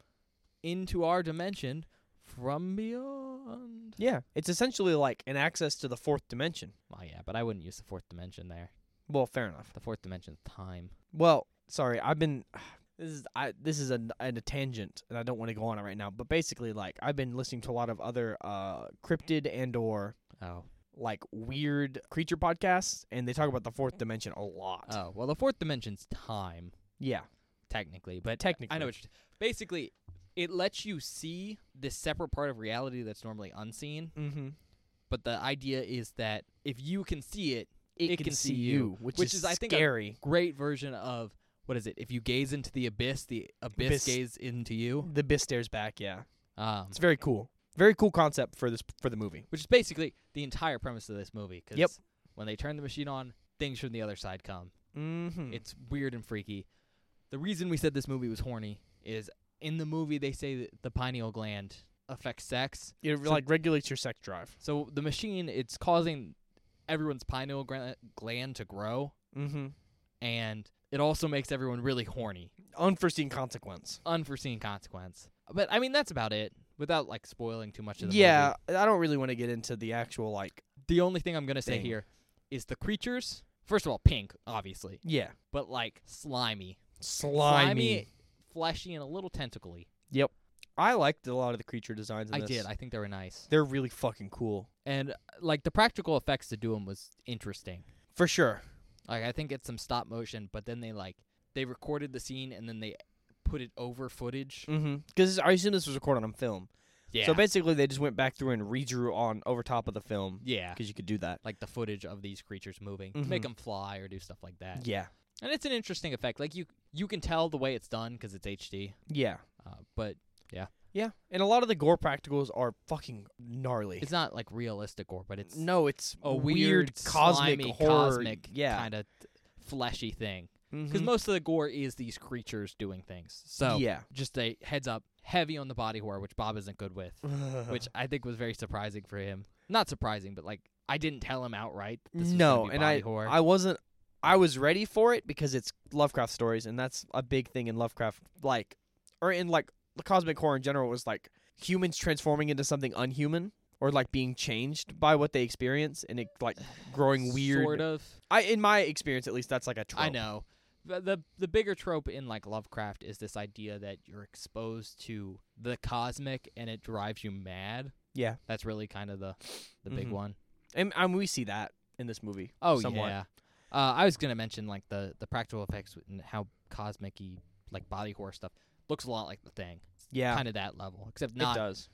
S2: into our dimension from beyond
S1: Yeah. It's essentially like an access to the fourth dimension.
S2: Well, Oh, yeah, but I wouldn't use the fourth dimension there.
S1: Well, fair enough.
S2: The fourth dimension's time.
S1: Well, sorry, I've been this is I this is a, a, a tangent and I don't want to go on it right now, but basically like I've been listening to a lot of other uh cryptid and or
S2: Oh.
S1: like weird creature podcasts and they talk about the
S2: Mm.
S1: fourth dimension a lot.
S2: Oh, well, the fourth dimension's time,
S1: yeah.
S2: technically, but
S1: Technically.
S2: I know what you're Basically, it lets you see this separate part of reality that's normally unseen,
S1: Mm-hmm.
S2: but the idea is that if you can see it,
S1: It,
S2: can see you,
S1: which,
S2: which
S1: is,
S2: is, I think, a-
S1: scary.
S2: great version of what is it? If you gaze into the abyss, the abyss
S1: Abyss.
S2: gazes into you.
S1: the Bis stares back. Yeah,
S2: Um,
S1: it's very cool. Very cool concept for this for the movie.
S2: which is basically the entire premise of this movie. 'cause
S1: Yep.
S2: When they turn the machine on, things from the other side come.
S1: Mm-hmm.
S2: It's weird and freaky. The reason we said this movie was horny is in the movie they say that the pineal gland affects sex.
S1: it
S2: so-
S1: like regulates your sex drive.
S2: So the machine it's causing everyone's pineal gra- gland to grow
S1: Mm-hmm.
S2: and it also makes everyone really horny.
S1: Unforeseen consequence.
S2: Unforeseen consequence. But I mean that's about it without like spoiling too much of the
S1: Yeah,
S2: movie.
S1: I don't really want to get into the actual like.
S2: The only thing I'm going to say
S1: Thing.
S2: here is the creatures First of all, pink, obviously,
S1: Yeah.
S2: but like slimy,
S1: Slimy.
S2: fleshy, and a little tentacly.
S1: I liked a lot of the creature designs. In
S2: I
S1: this.
S2: did. I think they were nice,
S1: They're really fucking cool
S2: and uh, like the practical effects to do them was interesting.
S1: for sure.
S2: Like I think it's some stop motion, but then they like they recorded the scene and then they put it over footage.
S1: Mm-hmm. Because I assume this was recorded on film.
S2: Yeah.
S1: So basically, they just went back through and redrew on over top of the film
S2: yeah.
S1: because you could do that.
S2: Like the footage of these creatures moving, to make
S1: Mhm.
S2: them fly or do stuff like that.
S1: Yeah.
S2: And it's an interesting effect. Like you you can tell the way it's done because it's HD.
S1: Yeah.
S2: Uh, but
S1: Yeah. And a lot of the gore practicals are fucking gnarly.
S2: it's not like realistic gore, but it's
S1: no, it's
S2: a
S1: weird, cosmic
S2: slimy,
S1: horror.
S2: cosmic
S1: yeah.
S2: kind of fleshy thing. Because
S1: Mhm.
S2: most of the gore is these creatures doing things. So
S1: yeah.
S2: just a heads up, heavy on the body horror, which Bob isn't good with.
S1: Uh-huh.
S2: which I think was very surprising for him. Not surprising, but like I didn't tell him outright. That this was gonna
S1: no,
S2: be
S1: and
S2: body
S1: I
S2: horror.
S1: I wasn't I was ready for it because it's Lovecraft stories and that's a big thing in Lovecraft like or in like the cosmic horror in general was like humans transforming into something unhuman or like being changed by what they experience and it like growing weird
S2: sort of.
S1: I in my experience at least that's like a trope.
S2: I know. The, the the bigger trope in like Lovecraft is this idea that you're exposed to the cosmic and it drives you mad.
S1: Yeah.
S2: That's really kind of the the big
S1: Mhm.
S2: one.
S1: And, and we see that in this movie.
S2: Oh
S1: somewhat.
S2: yeah. Uh, I was gonna mention like the the practical effects and how cosmic-y like body horror stuff looks a lot like the thing.
S1: Yeah.
S2: Kind of that level, except
S1: it
S2: not
S1: does.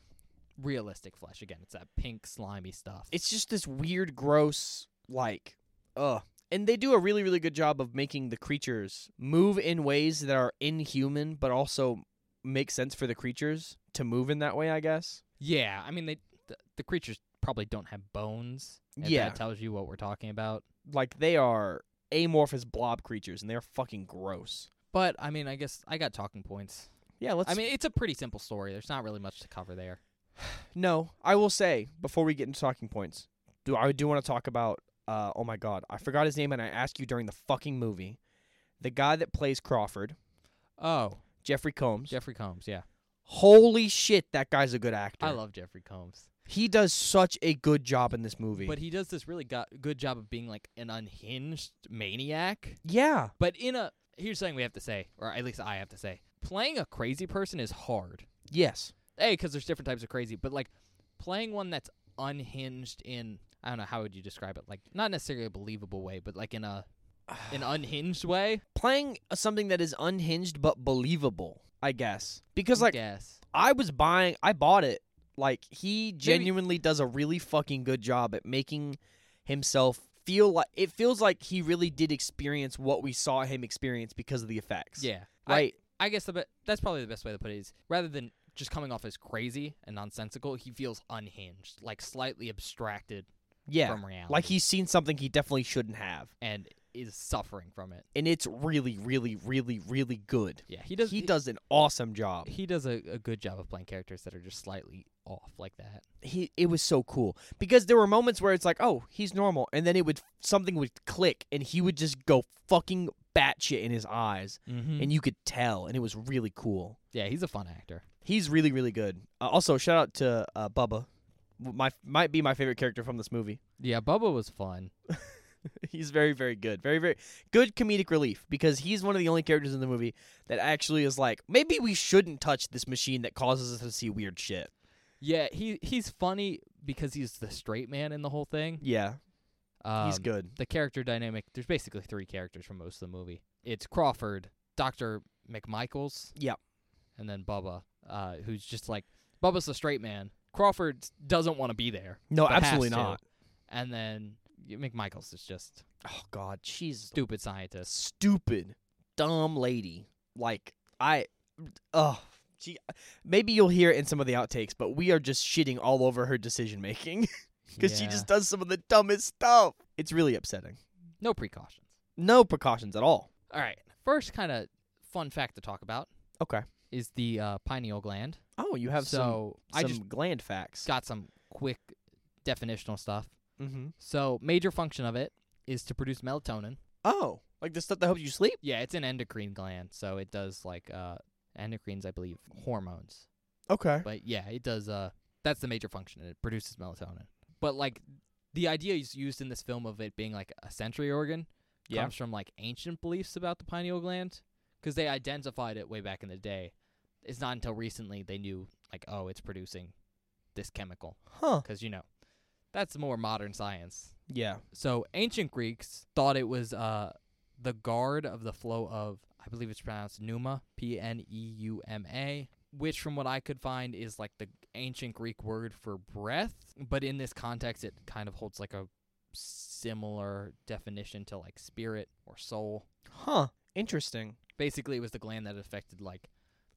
S2: realistic flesh. Again, it's that pink slimy stuff.
S1: It's just this weird gross like ugh. And they do a really really good job of making the creatures move in ways that are inhuman but also make sense for the creatures to move in that way, I guess.
S2: Yeah, I mean they th- the creatures probably don't have bones. And
S1: Yeah.
S2: that tells you what we're talking about.
S1: Like they are amorphous blob creatures and they're fucking gross.
S2: But I mean, I guess I got talking points.
S1: Yeah, let's
S2: I mean, it's a pretty simple story. There's not really much to cover there.
S1: No, I will say before we get into talking points, do I do want to talk about? Uh, oh my God, I forgot his name, and I asked you during the fucking movie. The guy that plays Crawford,
S2: Oh,
S1: Jeffrey Combs.
S2: Jeffrey Combs, yeah.
S1: Holy shit, that guy's a good actor.
S2: I love Jeffrey Combs.
S1: He does such a good job in this movie.
S2: But he does this really go- good job of being like an unhinged maniac,
S1: yeah,
S2: but in a here's something we have to say, or at least I have to say. Playing a crazy person is hard.
S1: yes,
S2: Hey, 'cause there's different types of crazy, but like playing one that's unhinged in I don't know how would you describe it, like not necessarily a believable way, but like in a an unhinged way.
S1: playing uh, something that is unhinged but believable, I guess. Because like
S2: yes,
S1: I was buying, I bought it. Like he genuinely does a really fucking good job at making himself feel like it feels like he really did experience what we saw him experience because of the effects.
S2: yeah,
S1: Right.
S2: I, I guess the be- that's probably the best way to put it is rather than just coming off as crazy and nonsensical, he feels unhinged, like slightly abstracted
S1: yeah.
S2: from reality,
S1: like he's seen something he definitely shouldn't have,
S2: and is suffering from it.
S1: and it's really, really, really, really good.
S2: Yeah, he does.
S1: he does an awesome job.
S2: He does a, a good job of playing characters that are just slightly off like that.
S1: He it was so cool because there were moments where it's like, oh, he's normal, and then it would something would click, and he would just go fucking batshit in his eyes,
S2: Mm-hmm.
S1: and you could tell, and it was really cool.
S2: yeah, he's a fun actor.
S1: He's really, really good. Uh, also, shout out to uh, Bubba. W- My might be my favorite character from this movie.
S2: Yeah, Bubba was fun.
S1: he's very, very good. Very, very good comedic relief because he's one of the only characters in the movie that actually is like, maybe we shouldn't touch this machine that causes us to see weird shit.
S2: Yeah, he he's funny because he's the straight man in the whole thing.
S1: Yeah,
S2: Um,
S1: he's good.
S2: The character dynamic. There's basically three characters from most of the movie. It's Crawford, Doctor McMichaels.
S1: Yep.
S2: And then Bubba, uh, who's just like Bubba's the straight man. Crawford doesn't want to be there,
S1: No,
S2: but has
S1: absolutely
S2: to.
S1: not.
S2: and then McMichaels is just
S1: Oh God, she's
S2: stupid scientist.
S1: stupid, dumb lady. Like I, ugh. She, maybe you'll hear it in some of the outtakes, but we are just shitting all over her decision making. because she
S2: Yeah.
S1: just does some of the dumbest stuff. It's really upsetting.
S2: no precautions.
S1: No precautions at all.
S2: All right. First, kind of fun fact to talk about
S1: Okay.
S2: is the uh, pineal gland.
S1: Oh, you have
S2: so
S1: some,
S2: I
S1: some
S2: just
S1: gland facts.
S2: got some quick definitional stuff.
S1: Mm-hmm.
S2: So major function of it is to produce melatonin.
S1: Oh, like the stuff that helps you sleep?
S2: Yeah, it's an endocrine gland, so it does like uh endocrines, I believe, hormones.
S1: Okay.
S2: But yeah, it does uh that's the major function and it produces melatonin. But like the idea is used in this film of it being like a sensory organ,
S1: Yeah.
S2: comes from like ancient beliefs about the pineal gland because they identified it way back in the day. It's not until recently they knew like oh it's producing this chemical
S1: Huh.
S2: because you know that's more modern science.
S1: Yeah.
S2: So ancient Greeks thought it was uh the guard of the flow of I believe it's pronounced pneuma, P N E U M A, which from what I could find is like the ancient Greek word for breath, but in this context it kind of holds like a similar definition to like spirit or soul.
S1: Huh. Interesting.
S2: Basically it was the gland that affected like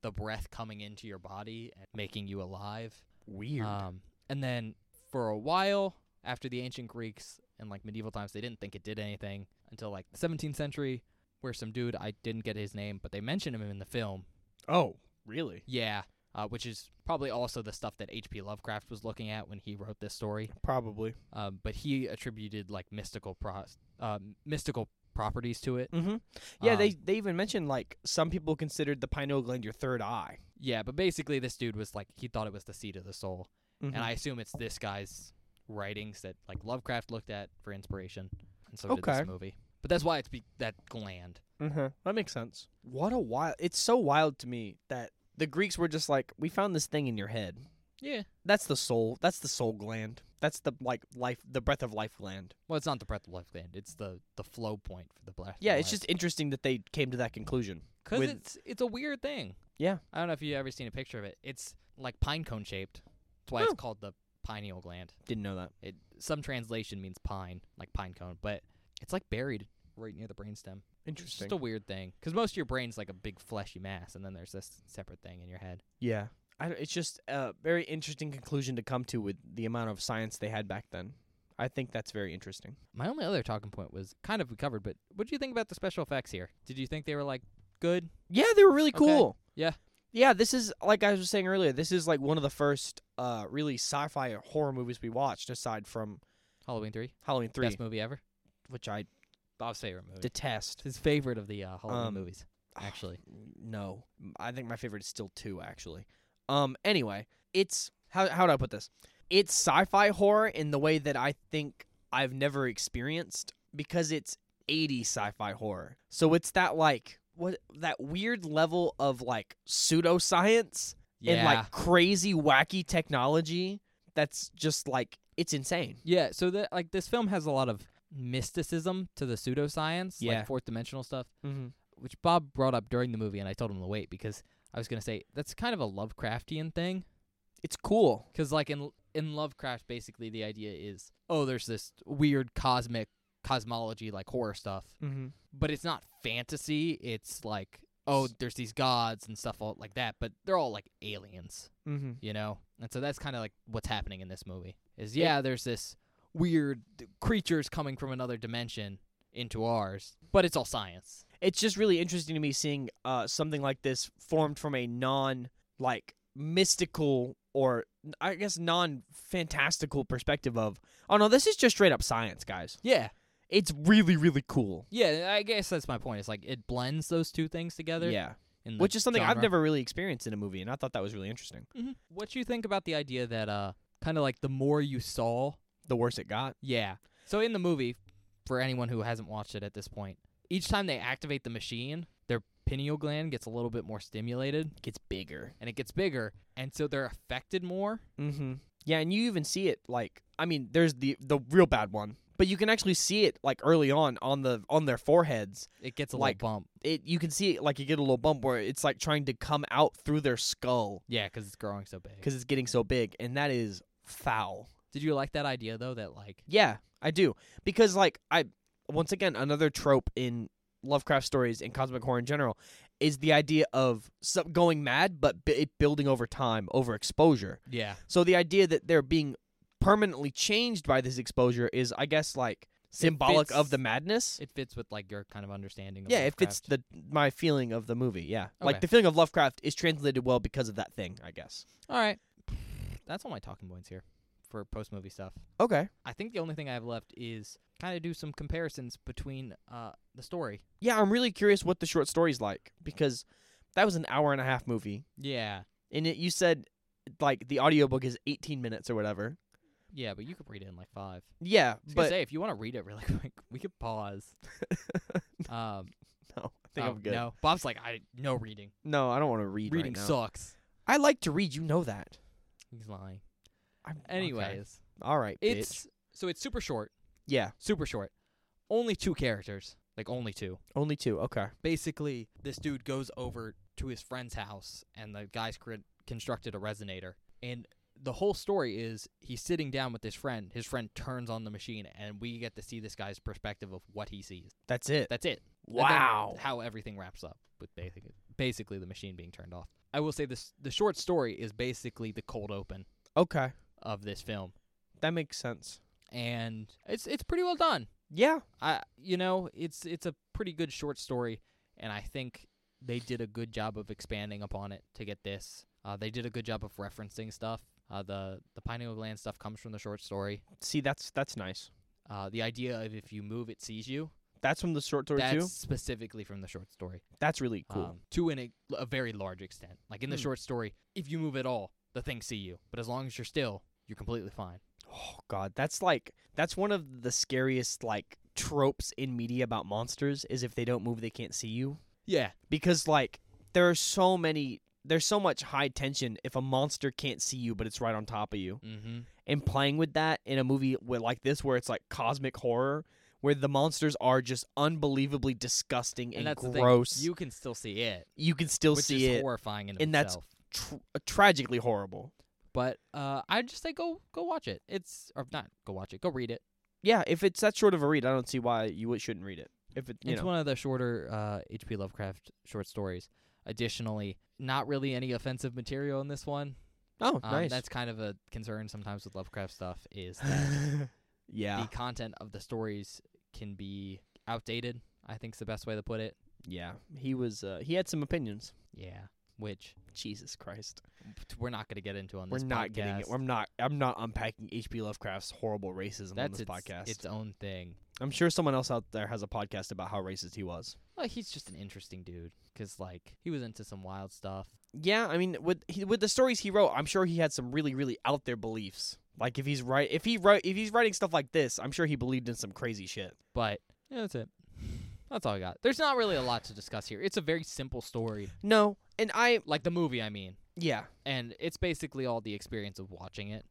S2: the breath coming into your body and making you alive.
S1: Weird.
S2: Um, and then for a while after the ancient Greeks and like medieval times, they didn't think it did anything until like the 17th century, where some dude I didn't get his name, but they mentioned him in the film.
S1: oh, really?
S2: Yeah, uh, which is probably also the stuff that H.P. Lovecraft was looking at when he wrote this story.
S1: Probably.
S2: Um, but he attributed like mystical pro- uh, mystical properties to it.
S1: Mm-hmm. Yeah, they
S2: Um,
S1: they even mentioned like some people considered the pineal gland your third eye.
S2: yeah. But basically, this dude was like he thought it was the seat of the soul,
S1: Mhm.
S2: and I assume it's this guy's writings that like Lovecraft looked at for inspiration, and so did
S1: Okay.
S2: this movie. But that's why it's be- that gland.
S1: Mhm. That makes sense. What a wild! It's so wild to me that the Greeks were just like, we found this thing in your head.
S2: Yeah.
S1: That's the soul. That's the soul gland. That's the like life, the breath of life gland.
S2: Well, it's not the breath of life gland. It's the the flow point for the breath.
S1: Yeah, it's just interesting that they came to that conclusion.
S2: because
S1: with-
S2: it's it's a weird thing.
S1: Yeah.
S2: I don't know if you have ever seen a picture of it. It's like pine cone shaped. That's why
S1: Huh.
S2: it's called the pineal gland.
S1: Didn't know that.
S2: It some translation means pine, like pine cone, but it's like buried right near the brainstem. It's
S1: Interesting.
S2: just a weird thing because most of your brain's like a big fleshy mass, and then there's this separate thing in your head.
S1: yeah, I, it's just a very interesting conclusion to come to with the amount of science they had back then. I think that's very interesting.
S2: My only other talking point was kind of we covered, but what do you think about the special effects here? Did you think they were like good?
S1: Yeah, they were really
S2: Okay.
S1: cool.
S2: Yeah.
S1: Yeah, this is like I was saying earlier, this is like one of the first uh really sci-fi or horror movies we watched aside from
S2: Halloween three,
S1: Halloween 3,
S2: best movie ever.
S1: which I
S2: Bob's favorite movie.
S1: detest.
S2: his favorite of the uh, Halloween
S1: Um,
S2: movies, actually.
S1: no. I think my favorite is still 2 actually. Um anyway, it's how how do I put this? It's sci-fi horror in the way that I think I've never experienced because it's 80 sci-fi horror. So it's that like what that weird level of like pseudoscience
S2: Yeah,
S1: and like crazy wacky technology that's just like it's insane.
S2: yeah. So that like this film has a lot of mysticism to the pseudoscience,
S1: Yeah.
S2: like fourth dimensional stuff,
S1: Mm-hmm.
S2: which Bob brought up during the movie, and I told him to wait because I was gonna say that's kind of a Lovecraftian thing.
S1: It's cool.
S2: Because like in in Lovecraft, basically the idea is oh, there's this weird cosmic cosmology like horror stuff,
S1: Mm-hmm.
S2: but it's not fantasy. It's like oh, there's these gods and stuff all like that, but they're all like aliens,
S1: Mm-hmm.
S2: you know. And so that's kind of like what's happening in this movie. Is yeah, there's this weird creatures coming from another dimension into ours, but it's all science.
S1: It's just really interesting to me seeing uh, something like this formed from a non like mystical or I guess non fantastical perspective of oh no this is just straight up science guys.
S2: Yeah,
S1: It's really really cool.
S2: yeah. I guess that's my point. It's like it blends those two things together.
S1: Yeah,
S2: in the
S1: which is something I've
S2: genre. Mm-hmm.
S1: never really experienced in a movie, and I thought that was really interesting.
S2: What you think about the idea that uh kind of like the more you saw,
S1: The worse it got.
S2: yeah. So in the movie, for anyone who hasn't watched it at this point, each time they activate the machine, their pineal gland gets a little bit more stimulated
S1: Gets bigger.
S2: and it gets bigger, and so they're affected more.
S1: Mm-hmm. Yeah, and you even see it like I mean, there's the the real bad one, but you can actually see it like early on on the on their foreheads.
S2: It gets a
S1: Like-
S2: little bump.
S1: It you can see it like you get a little bump where it's like trying to come out through their skull
S2: Yeah, because it's growing so big.
S1: because it's getting so big, and that is foul.
S2: Did you like that idea though? That like
S1: Yeah, I do because like I once again another trope in Lovecraft stories and cosmic horror in general is the idea of some going mad, but b- it building over time, over exposure.
S2: yeah,
S1: So the idea that they're being permanently changed by this exposure is, I guess, like symbolic
S2: fits-
S1: of the madness.
S2: it fits with like your kind of understanding. Of
S1: yeah, it fits
S2: Lovecraft.
S1: the my feeling of the movie. Yeah,
S2: Okay.
S1: like the feeling of Lovecraft is translated well because of that thing, I guess.
S2: all right. That's all my talking points here for post movie stuff.
S1: Okay.
S2: I think the only thing I have left is kind of do some comparisons between uh, the story.
S1: Yeah, I'm really curious what the short story's like because that was an hour and a half movie,
S2: Yeah.
S1: and it, you said like the audiobook is 18 minutes or whatever.
S2: Yeah, but you could read it in like five.
S1: Yeah,
S2: I was gonna
S1: but
S2: say if you want to read it really quick, we could pause. um,
S1: no, I think
S2: oh,
S1: I'm good. No,
S2: No, Bob's like I no reading.
S1: I don't want to read.
S2: reading
S1: right now.
S2: sucks.
S1: I like to read. You know that.
S2: He's lying.
S1: I'm, okay.
S2: Anyways,
S1: all right. bitch.
S2: it's so it's super short,
S1: yeah,
S2: super short. Only two characters, like only two.
S1: only two. Okay.
S2: basically this dude goes over to his friend's house and the guy's cr- constructed a resonator and the whole story is he's sitting down with his friend his friend turns on the machine and we get to see this guy's perspective of what he sees
S1: That's it.
S2: that's it And then
S1: wow.
S2: how everything wraps up with basically, basically the machine being turned off i will say this the short story is basically the cold open
S1: Okay,
S2: of this film
S1: that makes sense.
S2: and it's it's pretty well done
S1: Yeah.
S2: I you know, it's it's a pretty good short story and I think they did a good job of expanding upon it to get this. Uh, they did a good job of referencing stuff. Uh, the the pineal gland stuff comes from the short story.
S1: See, that's that's nice.
S2: Uh, the idea of if you move, it sees you.
S1: That's from the short story
S2: that's
S1: too.
S2: specifically from the short story.
S1: That's really cool.
S2: Um, to an, a very large extent. Like in the
S1: Hmm.
S2: short story, if you move at all, the things see you. But as long as you're still, you're completely fine.
S1: Oh god, that's like that's one of the scariest like tropes in media about monsters is if they don't move they can't see you
S2: Yeah.
S1: because like there are so many there's so much high tension if a monster can't see you but it's right on top of you.
S2: Mm-hmm.
S1: And playing with that in a movie where, like this where it's like cosmic horror where the monsters are just unbelievably disgusting and,
S2: And that's the
S1: gross.
S2: thing. You can still see it,
S1: You, can still
S2: which
S1: see
S2: is
S1: it
S2: horrifying in
S1: and that's
S2: itself.
S1: tr- tragically horrible.
S2: But uh, I just say go go watch it. It's or not go watch it. Go read it.
S1: Yeah, if it's that short of a read, I don't see why you shouldn't read it. If it, you
S2: it's
S1: know,
S2: one of the shorter uh, H.P. Lovecraft short stories. Additionally, not really any offensive material in this one.
S1: oh,
S2: Um,
S1: nice.
S2: That's kind of a concern sometimes with Lovecraft stuff is that
S1: yeah,
S2: the content of the stories can be outdated. I think's the best way to put it.
S1: yeah. He was. Uh, he had some opinions.
S2: Yeah, which
S1: Jesus Christ,
S2: t- we're not going to get into on
S1: we're
S2: this.
S1: not getting it.
S2: podcast.
S1: I'm not. I'm not unpacking H.P. Lovecraft's horrible racism on
S2: That's
S1: this
S2: its,
S1: podcast.
S2: its own thing.
S1: I'm sure someone else out there has a podcast about how racist he was.
S2: Well, he's just an interesting dude because like he was into some wild stuff.
S1: Yeah, I mean, with he, with the stories he wrote, I'm sure he had some really, really out there beliefs. Like if he's right, if he write, if he's writing stuff like this, I'm sure he believed in some crazy shit.
S2: But yeah, that's it. That's all I got. There's not really a lot to discuss here. It's a very simple story,
S1: No, and I,
S2: like the movie, I mean,
S1: yeah,
S2: and it's basically all the experience of watching it.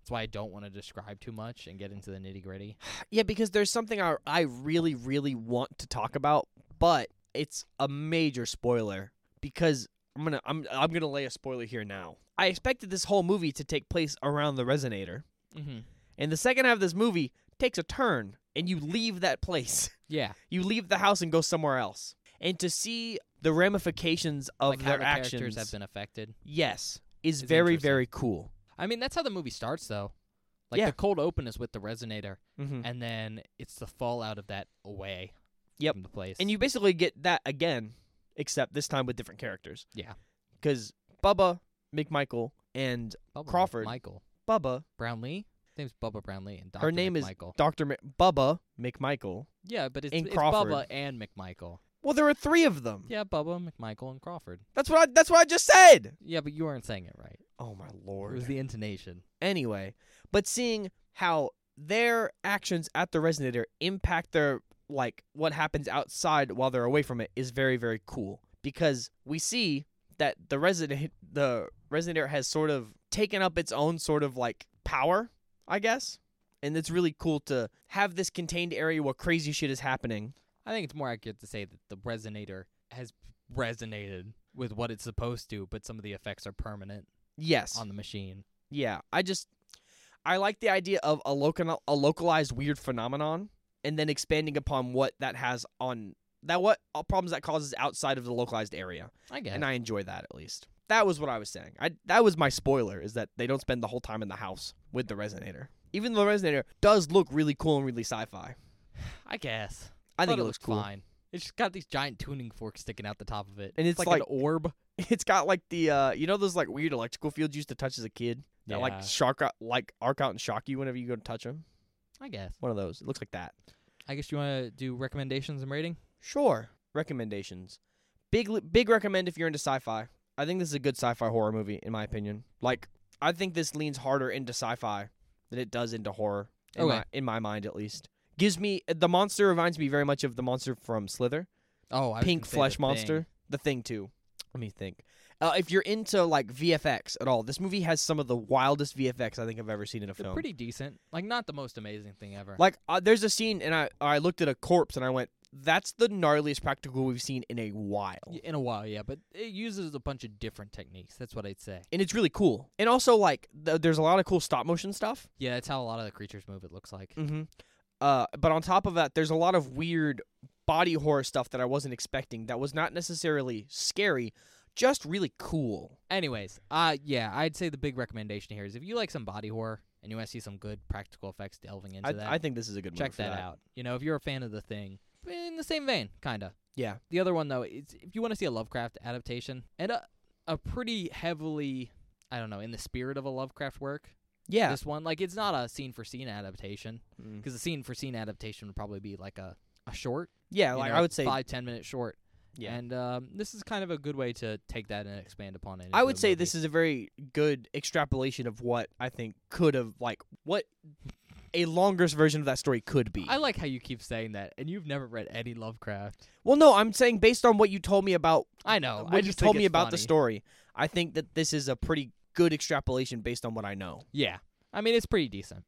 S2: That's why I don't want to describe too much and get into the nitty gritty.
S1: Yeah, because there's something I, I really, really want to talk about, but it's a major spoiler because I'm gonna I'm I'm gonna lay a spoiler here now. I expected this whole movie to take place around the resonator,
S2: Mm-hmm.
S1: and the second half of this movie takes a turn, and you leave that place.
S2: Yeah,
S1: You leave the house and go somewhere else. And to see the ramifications of
S2: like how
S1: their
S2: the
S1: actions,
S2: characters have been affected.
S1: yes, is
S2: It's
S1: very,
S2: interesting.
S1: very cool.
S2: I mean, that's how the movie starts, though. Like
S1: Yeah.
S2: the cold open is with the resonator,
S1: Mm-hmm.
S2: and then it's the fallout of that away
S1: Yep.
S2: from the place.
S1: And you basically get that again, except this time with different characters.
S2: Yeah.
S1: Because Bubba, McMichael, and
S2: Bubba
S1: Crawford.
S2: Michael
S1: Bubba,
S2: Brownlee. His name's Bubba Brownlee, and Dr.
S1: Her name is-
S2: Michael.
S1: Dr. M- Bubba, McMichael.
S2: Yeah, but it's,
S1: and
S2: it's
S1: Crawford.
S2: Bubba and McMichael.
S1: Well, there are three of them.
S2: Yeah, Bubba, McMichael, and Crawford.
S1: That's what I, that's what I just said.
S2: Yeah, but you weren't saying it right.
S1: Oh my
S2: It
S1: lord.
S2: was the intonation.
S1: anyway, but seeing how their actions at the resonator impact their like what happens outside while they're away from it is very very cool because we see that the resident the resonator has sort of taken up its own sort of like power, I guess. And it's really cool to have this contained area where crazy shit is happening.
S2: I think it's more accurate to say that the resonator has resonated with what it's supposed to, but some of the effects are permanent
S1: Yes.
S2: on the machine.
S1: Yeah, I just I like the idea of a local a localized weird phenomenon and then expanding upon what that has on that what all problems that causes outside of the localized area.
S2: I guess.
S1: And I enjoy that at least. That was what I was saying. I that was my spoiler is that they don't spend the whole time in the house with the resonator. Even though the resonator does look really cool and really sci-fi.
S2: I guess.
S1: I
S2: Thought
S1: think
S2: it
S1: it looks
S2: looked
S1: cool.
S2: fine. It's just got these giant tuning forks sticking out the top of it,
S1: And it's
S2: like, an
S1: like-
S2: orb.
S1: It's got like the uh you know those like weird electrical fields you used to touch as a kid that
S2: Yeah.
S1: like shark out, like arc out and shock you whenever you go to touch them.
S2: I guess.
S1: One of those. It looks like that.
S2: I guess you want to do recommendations and rating.
S1: Sure. Recommendations. Big li- big recommend if you're into sci-fi. I think this is a good sci-fi horror movie in my opinion. Like I think this leans harder into sci-fi that it does into horror. In,
S2: Okay.
S1: my, in my mind, at least, gives me uh, the monster reminds me very much of the monster from Slither
S2: Oh, I was
S1: pink
S2: gonna say The
S1: flesh
S2: Thing.
S1: monster. The thing too. Let me think. Uh, if you're into like VFX at all, this movie has some of the wildest VFX I think I've ever seen in a
S2: They're
S1: film.
S2: pretty decent. Like not the most amazing thing ever.
S1: like uh, there's a scene, and I I looked at a corpse and I went, "That's the gnarliest practical we've seen in a while,"
S2: Y- in a while, yeah, but it uses a bunch of different techniques. That's what I'd say.
S1: and it's really cool. And also like th- there's a lot of cool stop motion stuff.
S2: Yeah, that's how a lot of the creatures move. It looks like.
S1: Mm-hmm. Uh, but on top of that, there's a lot of weird body horror stuff that I wasn't expecting. That was not necessarily scary, just really cool.
S2: Anyways, uh, yeah, I'd say the big recommendation here is if you like some body horror and you want to see some good practical effects delving into
S1: I,
S2: that,
S1: I think this is a good
S2: check
S1: movie for
S2: that, out. You know, if you're a fan of the thing, in the same vein, kinda.
S1: Yeah.
S2: The other one though, is if you want to see a Lovecraft adaptation and a a pretty heavily, I don't know, in the spirit of a Lovecraft work.
S1: Yeah,
S2: This one, like, it's not a scene for scene adaptation
S1: Mm.
S2: because the scene for scene adaptation would probably be like a a short.
S1: yeah.
S2: you
S1: Like
S2: know,
S1: I would say
S2: five ten minute short.
S1: Yeah.
S2: And um, this is kind of a good way to take that and expand upon it.
S1: I would say this is a very good extrapolation of what I think could have like what a longest version of that story could be.
S2: I like how you keep saying that, and you've never read any Lovecraft.
S1: well, no, I'm saying based on what you told me about
S2: I know.
S1: what
S2: I
S1: you
S2: just
S1: Oh, told
S2: think
S1: me
S2: it's
S1: about the
S2: funny.
S1: story, I think that this is a pretty good extrapolation based on what I know.
S2: Yeah. I mean, it's pretty decent.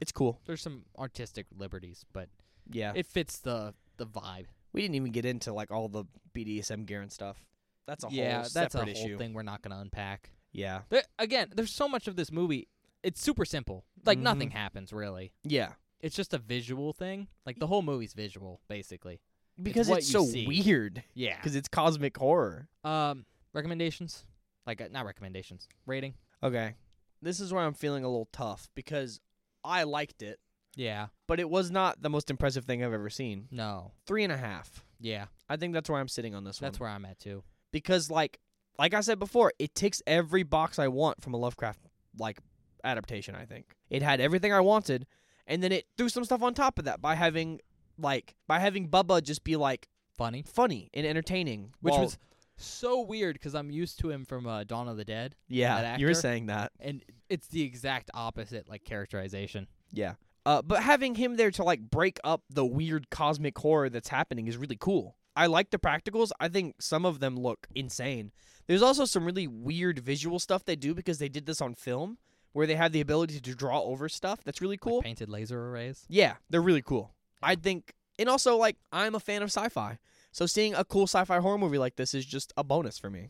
S1: It's cool.
S2: There's some artistic liberties, but
S1: Yeah.
S2: it fits the the vibe.
S1: we didn't even get into like all the BDSM gear and stuff. That's a
S2: yeah,
S1: whole
S2: that's a
S1: separate
S2: whole
S1: issue.
S2: thing we're not gonna unpack.
S1: Yeah.
S2: There, again, there's so much of this movie. It's super simple. Like
S1: Mhm.
S2: nothing happens really.
S1: Yeah.
S2: It's just a visual thing. Like the whole movie's visual, basically.
S1: Because
S2: what
S1: it's,
S2: you
S1: so
S2: see.
S1: weird
S2: Yeah.
S1: cuz it's cosmic horror.
S2: Um, recommendations? Like uh, not recommendations. Rating?
S1: Okay. This is where I'm feeling a little tough because I liked it.
S2: Yeah.
S1: but it was not the most impressive thing I've ever seen.
S2: No.
S1: Three and a half.
S2: Yeah.
S1: I think that's where I'm sitting on this
S2: That's
S1: one.
S2: where I'm at too.
S1: Because like like I said before, it ticks every box I want from a Lovecraft like adaptation, I think. It had everything I wanted, and then it threw some stuff on top of that by having like by having Bubba just be like
S2: Funny,
S1: funny and entertaining.
S2: which
S1: while-
S2: was so weird because I'm used to him from uh, Dawn of the Dead,
S1: Yeah,
S2: that
S1: you were
S2: actor.
S1: saying that.
S2: and it's the exact opposite like characterization.
S1: Yeah. Uh, but having him there to like break up the weird cosmic horror that's happening is really cool. I like the practicals. I think some of them look insane. There's also some really weird visual stuff they do because they did this on film where they have the ability to draw over stuff. That's really
S2: Like
S1: cool.
S2: painted laser arrays.
S1: Yeah, they're really cool.
S2: Yeah.
S1: I think and also like I'm a fan of sci-fi. So seeing a cool sci-fi horror movie like this is just a bonus for me.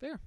S2: Fair.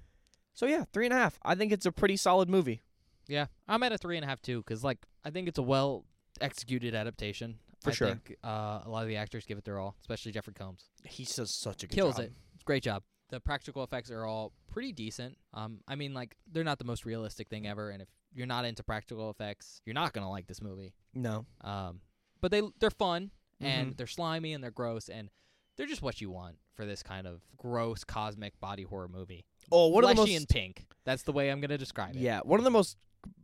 S1: So yeah, three and a half. I think it's a pretty solid movie.
S2: Yeah, I'm at a three and a half too because like I think it's a well executed adaptation.
S1: For
S2: I
S1: sure.
S2: think, uh, a lot of the actors give it their all, especially Jeffrey Combs.
S1: He does such a good
S2: Kills
S1: job.
S2: it. It's a great job. The practical effects are all pretty decent. Um, I mean, like they're not the most realistic thing ever, and if you're not into practical effects, you're not gonna like this movie.
S1: No.
S2: Um, but they they're fun and
S1: Mhm.
S2: they're slimy and they're gross and they're just what you want for this kind of gross cosmic body horror movie.
S1: Oh, what are the
S2: Fleshy
S1: most
S2: and pink. That's the way I'm gonna describe it.
S1: Yeah, one of the most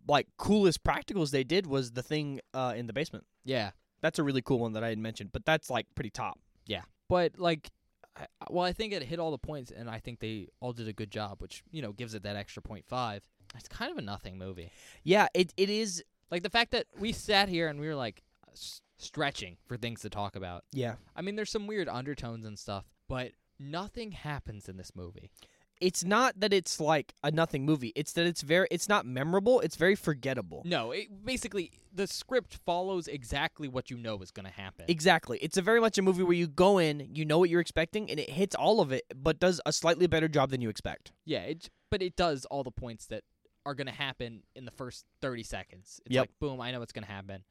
S1: like coolest practicals they did was the thing uh, in the basement.
S2: yeah.
S1: That's a really cool one that I had mentioned, but that's like pretty top.
S2: But like, I, well, I think it hit all the points and I think they all did a good job, which you know gives it that extra point five. It's kind of a nothing movie.
S1: Yeah, it it is.
S2: Like the fact that we sat here and we were like s- stretching for things to talk about.
S1: Yeah,
S2: I mean, there's some weird undertones and stuff, but nothing happens in this movie.
S1: it's not that it's like a nothing movie. It's that it's very it's not memorable. It's very forgettable.
S2: No, it basically the script follows exactly what you know is going to happen.
S1: Exactly. It's a very much a movie where you go in, you know what you're expecting, and it hits all of it, but does a slightly better job than you expect.
S2: yeah, it, j- but it does all the points that are going to happen in the first 30 seconds. It's
S1: Yep.
S2: like boom, I know it's going to happen.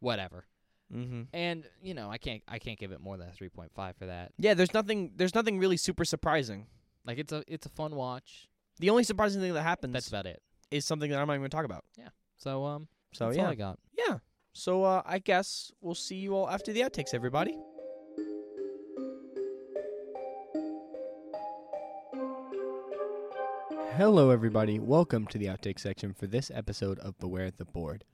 S2: Whatever.
S1: Mm-hmm.
S2: And, you know, I can't I can't give it more than a 3.5 for that.
S1: Yeah, there's nothing. There's nothing really super surprising.
S2: Like it's a it's a fun watch.
S1: The only surprising thing that happens
S2: That's about it.
S1: is something that I'm not even going to talk about.
S2: So um
S1: So
S2: that's
S1: yeah,
S2: all I got.
S1: Yeah. So uh, I guess we'll see you all after the outtakes, everybody. Hello, everybody. Welcome to the outtake section for this episode of Beware the Board.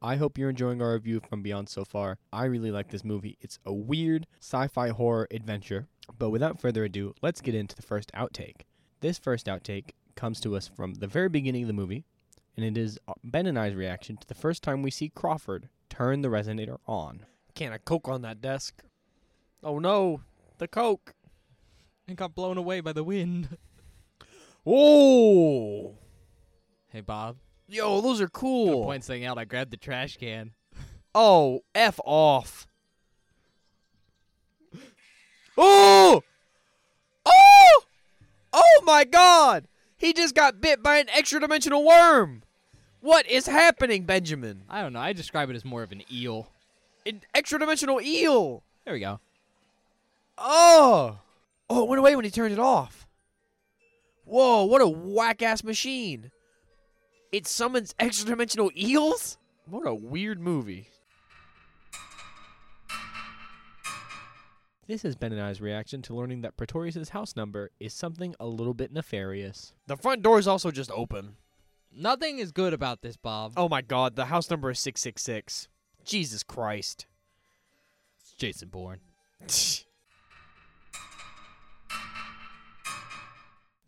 S1: I hope you're enjoying our review from Beyond so far. I really like this movie. It's a weird sci fi horror adventure. But without further ado, let's get into the first outtake. This first outtake comes to us from the very beginning of the movie and it is uh, Ben and I's reaction to the first time we see Crawford turn the resonator on. Can of Coke on that desk. Oh no, the Coke.
S2: And got blown away by the wind.
S1: Oh,
S2: Hey, Bob.
S1: yo, those are
S2: Good
S1: cool.
S2: points thing out. I grabbed the trash can.
S1: Oh, f off. Oh, oh, oh my God! He just got bit by an extra-dimensional worm. What is happening, Benjamin?
S2: I don't know. I describe it as more of an eel.
S1: An extra-dimensional eel.
S2: There we go.
S1: Oh! Oh, it went away when he turned it off. Whoa, what a whack ass machine. It summons extra dimensional eels? What a weird movie. This is Ben and I's reaction to learning that Pretorius' house number is something a little bit nefarious. The front door is also just open.
S2: Nothing is good about this, Bob.
S1: Oh my god, the house number is 666. Jesus Christ.
S2: It's Jason Bourne.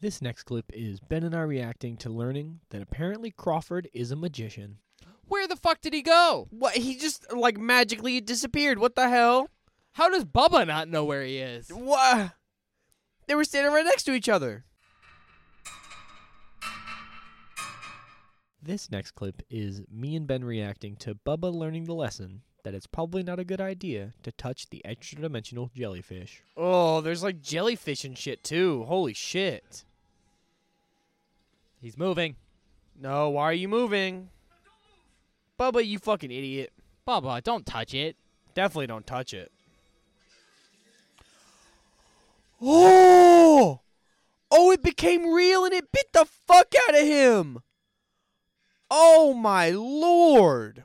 S1: This next clip is Ben and I reacting to learning that apparently Crawford is a magician.
S2: Where the fuck did he go?
S1: What? He just like magically disappeared. What the hell?
S2: How does Bubba not know where he is?
S1: What? They were standing right next to each other. This next clip is me and Ben reacting to Bubba learning the lesson that it's probably not a good idea to touch the extra dimensional jellyfish. Oh, there's like jellyfish and shit too. Holy shit.
S2: He's moving.
S1: No, why are you moving? Bubba, you fucking idiot.
S2: Bubba, don't touch it.
S1: Definitely don't touch it. Oh! Oh, it became real and it bit the fuck out of him! Oh my lord!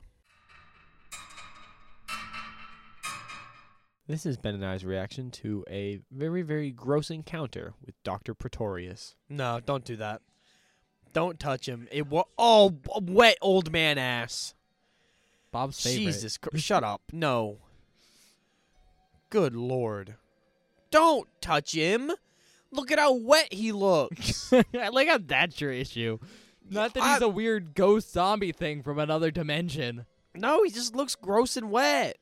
S1: This is Ben and I's reaction to a very, very gross encounter with Dr. Pretorius. No, don't do that. Don't touch him. It was. Oh, b- wet old man ass.
S2: Bob's favorite.
S1: Jesus Christ. Shut up. No. Good lord. Don't touch him. Look at how wet he looks.
S2: I like how that's your issue. Not that he's
S1: I-
S2: a weird ghost zombie thing from another dimension.
S1: no, he just looks gross and wet.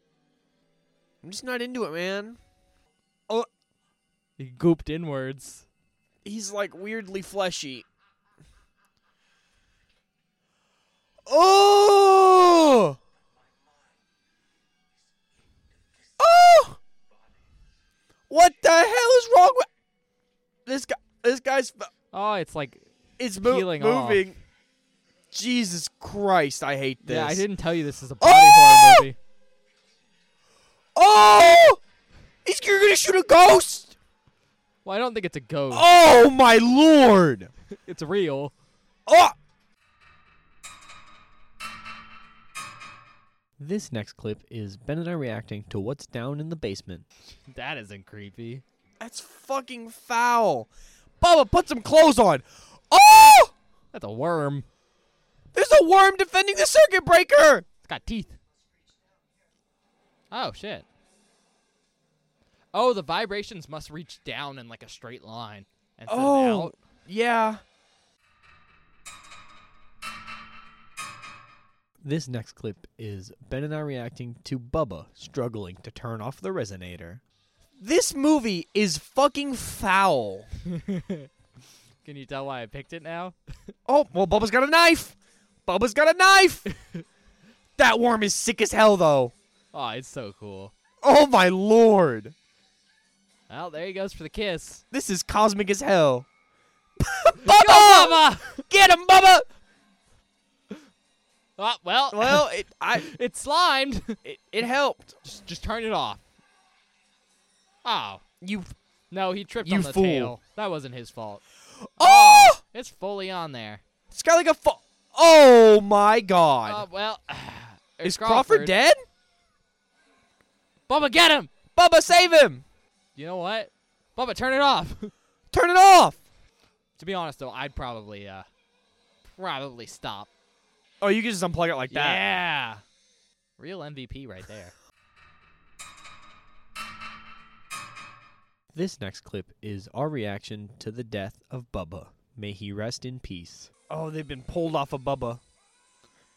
S1: I'm just not into it, man.
S2: He gooped inwards.
S1: He's like weirdly fleshy. Oh! Oh! What the hell is wrong with this guy? This guy's
S2: Oh, it's like
S1: It's mo-
S2: peeling off.
S1: moving. Jesus Christ, I hate this.
S2: yeah. I didn't tell you this is a body
S1: body horror
S2: horror
S1: Oh!
S2: movie.
S1: movie. Oh! He's you're gonna shoot a ghost?
S2: Well, I don't think it's a ghost.
S1: Oh my lord!
S2: It's real.
S1: Oh! This next clip is Ben and I reacting to what's down in the basement.
S2: That isn't creepy.
S1: That's fucking foul. Bubba, put some clothes on. Oh!
S2: That's a worm.
S1: There's a worm defending the circuit breaker.
S2: It's got teeth. Oh shit. Oh, the vibrations must reach down in like a straight line instead of
S1: Oh,
S2: out.
S1: yeah. This next clip is Ben and I reacting to Bubba struggling to turn off the resonator. This movie is fucking foul.
S2: Can you tell why I picked it now?
S1: Oh, well, Bubba's got a knife. Bubba's got a knife. that worm is sick as hell, though.
S2: Oh, it's so cool.
S1: Oh, my lord.
S2: Well, there he goes for the kiss.
S1: This is cosmic as hell.
S2: Go,
S1: Bubba!
S2: Bubba!
S1: Get him, Bubba!
S2: Oh, well,
S1: Well, it, I,
S2: it's slimed.
S1: it, it helped.
S2: just, just turn it off. Oh
S1: You.
S2: no, he tripped
S1: You
S2: on the
S1: fool.
S2: tail. That wasn't his fault.
S1: Oh!
S2: It's fully on there.
S1: It's got like a. Fo- oh my
S2: Oh
S1: god.
S2: well. there's
S1: is Crawford, dead?
S2: Bubba, get him!
S1: Bubba, save him!
S2: You know what? Bubba, turn it off.
S1: Turn it off!
S2: to be honest, though, I'd probably, uh, probably stop.
S1: Oh, you can just unplug it like
S2: Yeah. Real MVP right there.
S1: This next clip is our reaction to the death of Bubba. May he rest in peace. Oh, they've been pulled off of Bubba.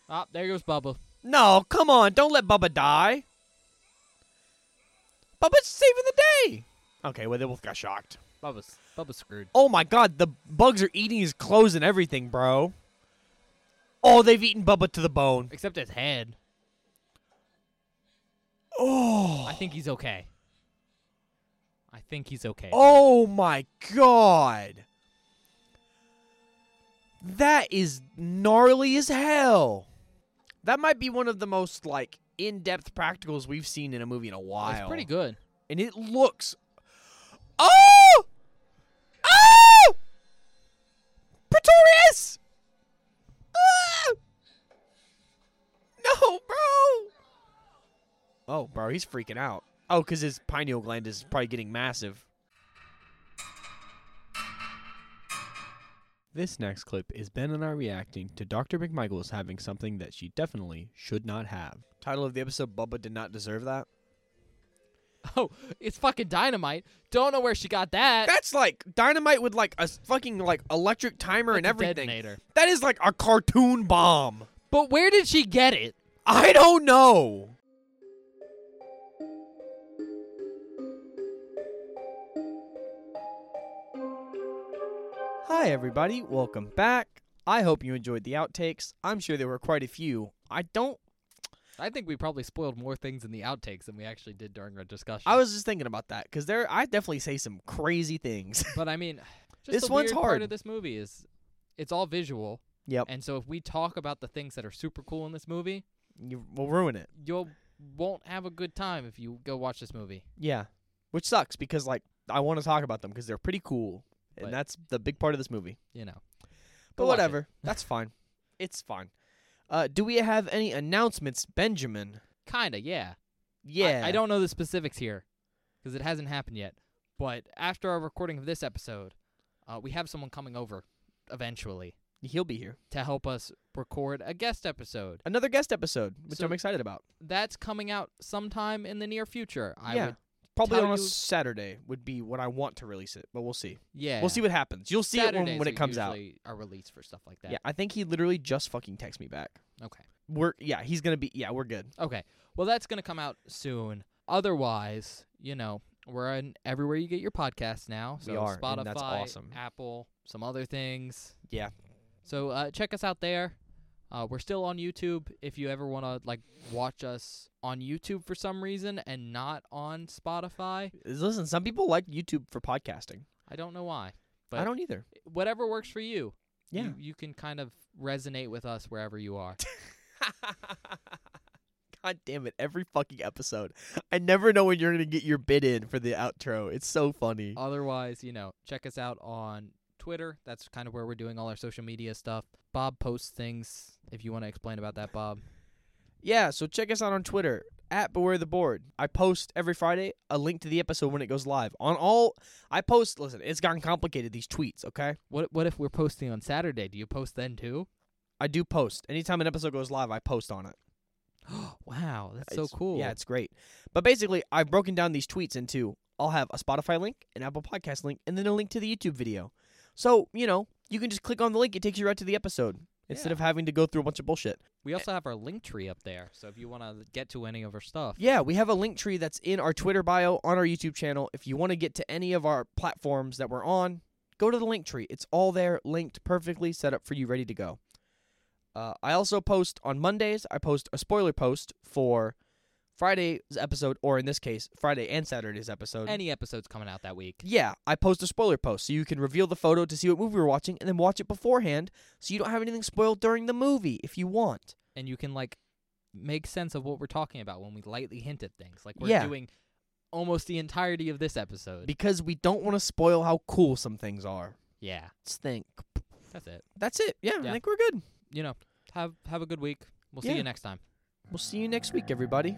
S2: Ah, there goes Bubba.
S1: No, come on, don't let Bubba die. Bubba's saving the day. Okay, well they both got shocked.
S2: Bubba's Bubba's screwed.
S1: Oh my god, the bugs are eating his clothes and everything, bro. Oh, they've eaten Bubba to the bone.
S2: Except his head.
S1: Oh.
S2: I think he's okay. I think he's okay.
S1: Oh my god. That is gnarly as hell. That might be one of the most like in-depth practicals we've seen in a movie in a while.
S2: It's pretty good.
S1: And it looks Oh! Oh! Pretorius! Ah! No, bro. Oh, bro, he's freaking out. Oh, cuz his pineal gland is probably getting massive. This next clip is Ben and I reacting to Dr. McMichaels having something that she definitely should not have. Title of the episode Bubba did not deserve that.
S2: Oh, it's fucking dynamite. Don't know where she got that.
S1: That's like dynamite with like a s- fucking like electric timer and
S2: That's a
S1: everything.
S2: detonator.
S1: That is like a cartoon bomb.
S2: But where did she get it?
S1: I don't know. Hi everybody, welcome back. I hope you enjoyed the outtakes. I'm sure there were quite a few. I don't
S2: I think we probably spoiled more things in the outtakes than we actually did during our discussion.
S1: I was just thinking about that cuz there I definitely say some crazy things.
S2: but I mean, just
S1: This
S2: the
S1: one's
S2: weird part
S1: hard.
S2: of this movie is it's all visual,
S1: yep.
S2: and so if we talk about the things that are super cool in this movie,
S1: You will ruin it.
S2: you won't have a good time if you go watch this movie.
S1: Yeah, which sucks because like I want to talk about them because they're pretty cool, and
S2: But-
S1: that's the big part of this movie.
S2: You know,
S1: But
S2: Go watch it.
S1: whatever, that's fine. It's fine. Uh, do we have any announcements, Benjamin?
S2: kinda, yeah. I-
S1: Yeah,
S2: I, don't know the specifics here because it hasn't happened yet. But after our recording of this episode, uh, we have someone coming over eventually
S1: He'll be here.
S2: to help us record a guest episode.
S1: Another guest episode, which
S2: So-
S1: I'm excited about.
S2: That's coming out sometime in the near future. I
S1: yeah,
S2: would,
S1: probably
S2: tell
S1: on a
S2: you-
S1: Saturday would be when I want to release it, but we'll see.
S2: yeah.
S1: We'll see what happens. You'll see it when,
S2: Saturdays
S1: when
S2: are
S1: it comes out.
S2: usually Are released for stuff like that.
S1: Yeah, I think he literally just fucking texted me back.
S2: Okay.
S1: We're yeah, he's gonna be yeah, we're good.
S2: Okay. Well, that's gonna come out soon. Otherwise, you know, we're on everywhere you get your podcasts now. So
S1: We are,
S2: Spotify,
S1: and that's awesome.
S2: Apple, some other things.
S1: Yeah,
S2: So uh, check us out there. Uh, we're still on YouTube. If you ever want to like watch us on YouTube for some reason and not on Spotify,
S1: listen, some people like YouTube for podcasting.
S2: I don't know why.
S1: I
S2: But-
S1: don't either.
S2: Whatever works for you.
S1: Yeah.
S2: You, you can kind of resonate with us wherever you are.
S1: God damn it, every fucking episode. I never know when you're going to get your bid in for the outro. It's so funny.
S2: Otherwise, you know, check us out on Twitter. That's kind of where we're doing all our social media stuff. Bob posts things. If you want to explain about that, Bob.
S1: Yeah, so check us out on Twitter at Beware the Board. I post every Friday a link to the episode when it goes live. On all, I post, listen, it's gotten complicated, these tweets, okay?
S2: What what if we're posting on Saturday? Do you post then too?
S1: I do post. Anytime an episode goes live, I post on it.
S2: wow, that's so
S1: It's-
S2: cool.
S1: Yeah, it's great. But basically, I've broken down these tweets into I'll have a Spotify link, an Apple Podcast link, and then a link to the YouTube video. So, you know, you can just click on the link, it takes you right to the episode instead
S2: Yeah.
S1: of having to go through a bunch of bullshit.
S2: We also have our link tree up there, so if you want to get to any of our stuff,
S1: Yeah, we have a link tree that's in our Twitter bio on our YouTube channel. If you want to get to any of our platforms that we're on, go to the link tree. It's all there, linked perfectly, set up for you, ready to go. Uh, I also post on Mondays, I post a spoiler post for Friday's episode, or in this case, Friday and Saturday's episode.
S2: any episodes coming out that week.
S1: Yeah, I post a spoiler post so you can reveal the photo to see what movie we're watching and then watch it beforehand so you don't have anything spoiled during the movie if you want.
S2: and you can like make sense of what we're talking about when we lightly hint at things. Like we're
S1: Yeah.
S2: doing almost the entirety of this episode.
S1: Because we don't want to spoil how cool some things are.
S2: yeah,
S1: Let's think.
S2: that's it.
S1: That's it. Yeah,
S2: Yeah.
S1: I think we're good.
S2: You know, have have a good week. We'll see
S1: Yeah.
S2: you next time.
S1: We'll see you next week, everybody.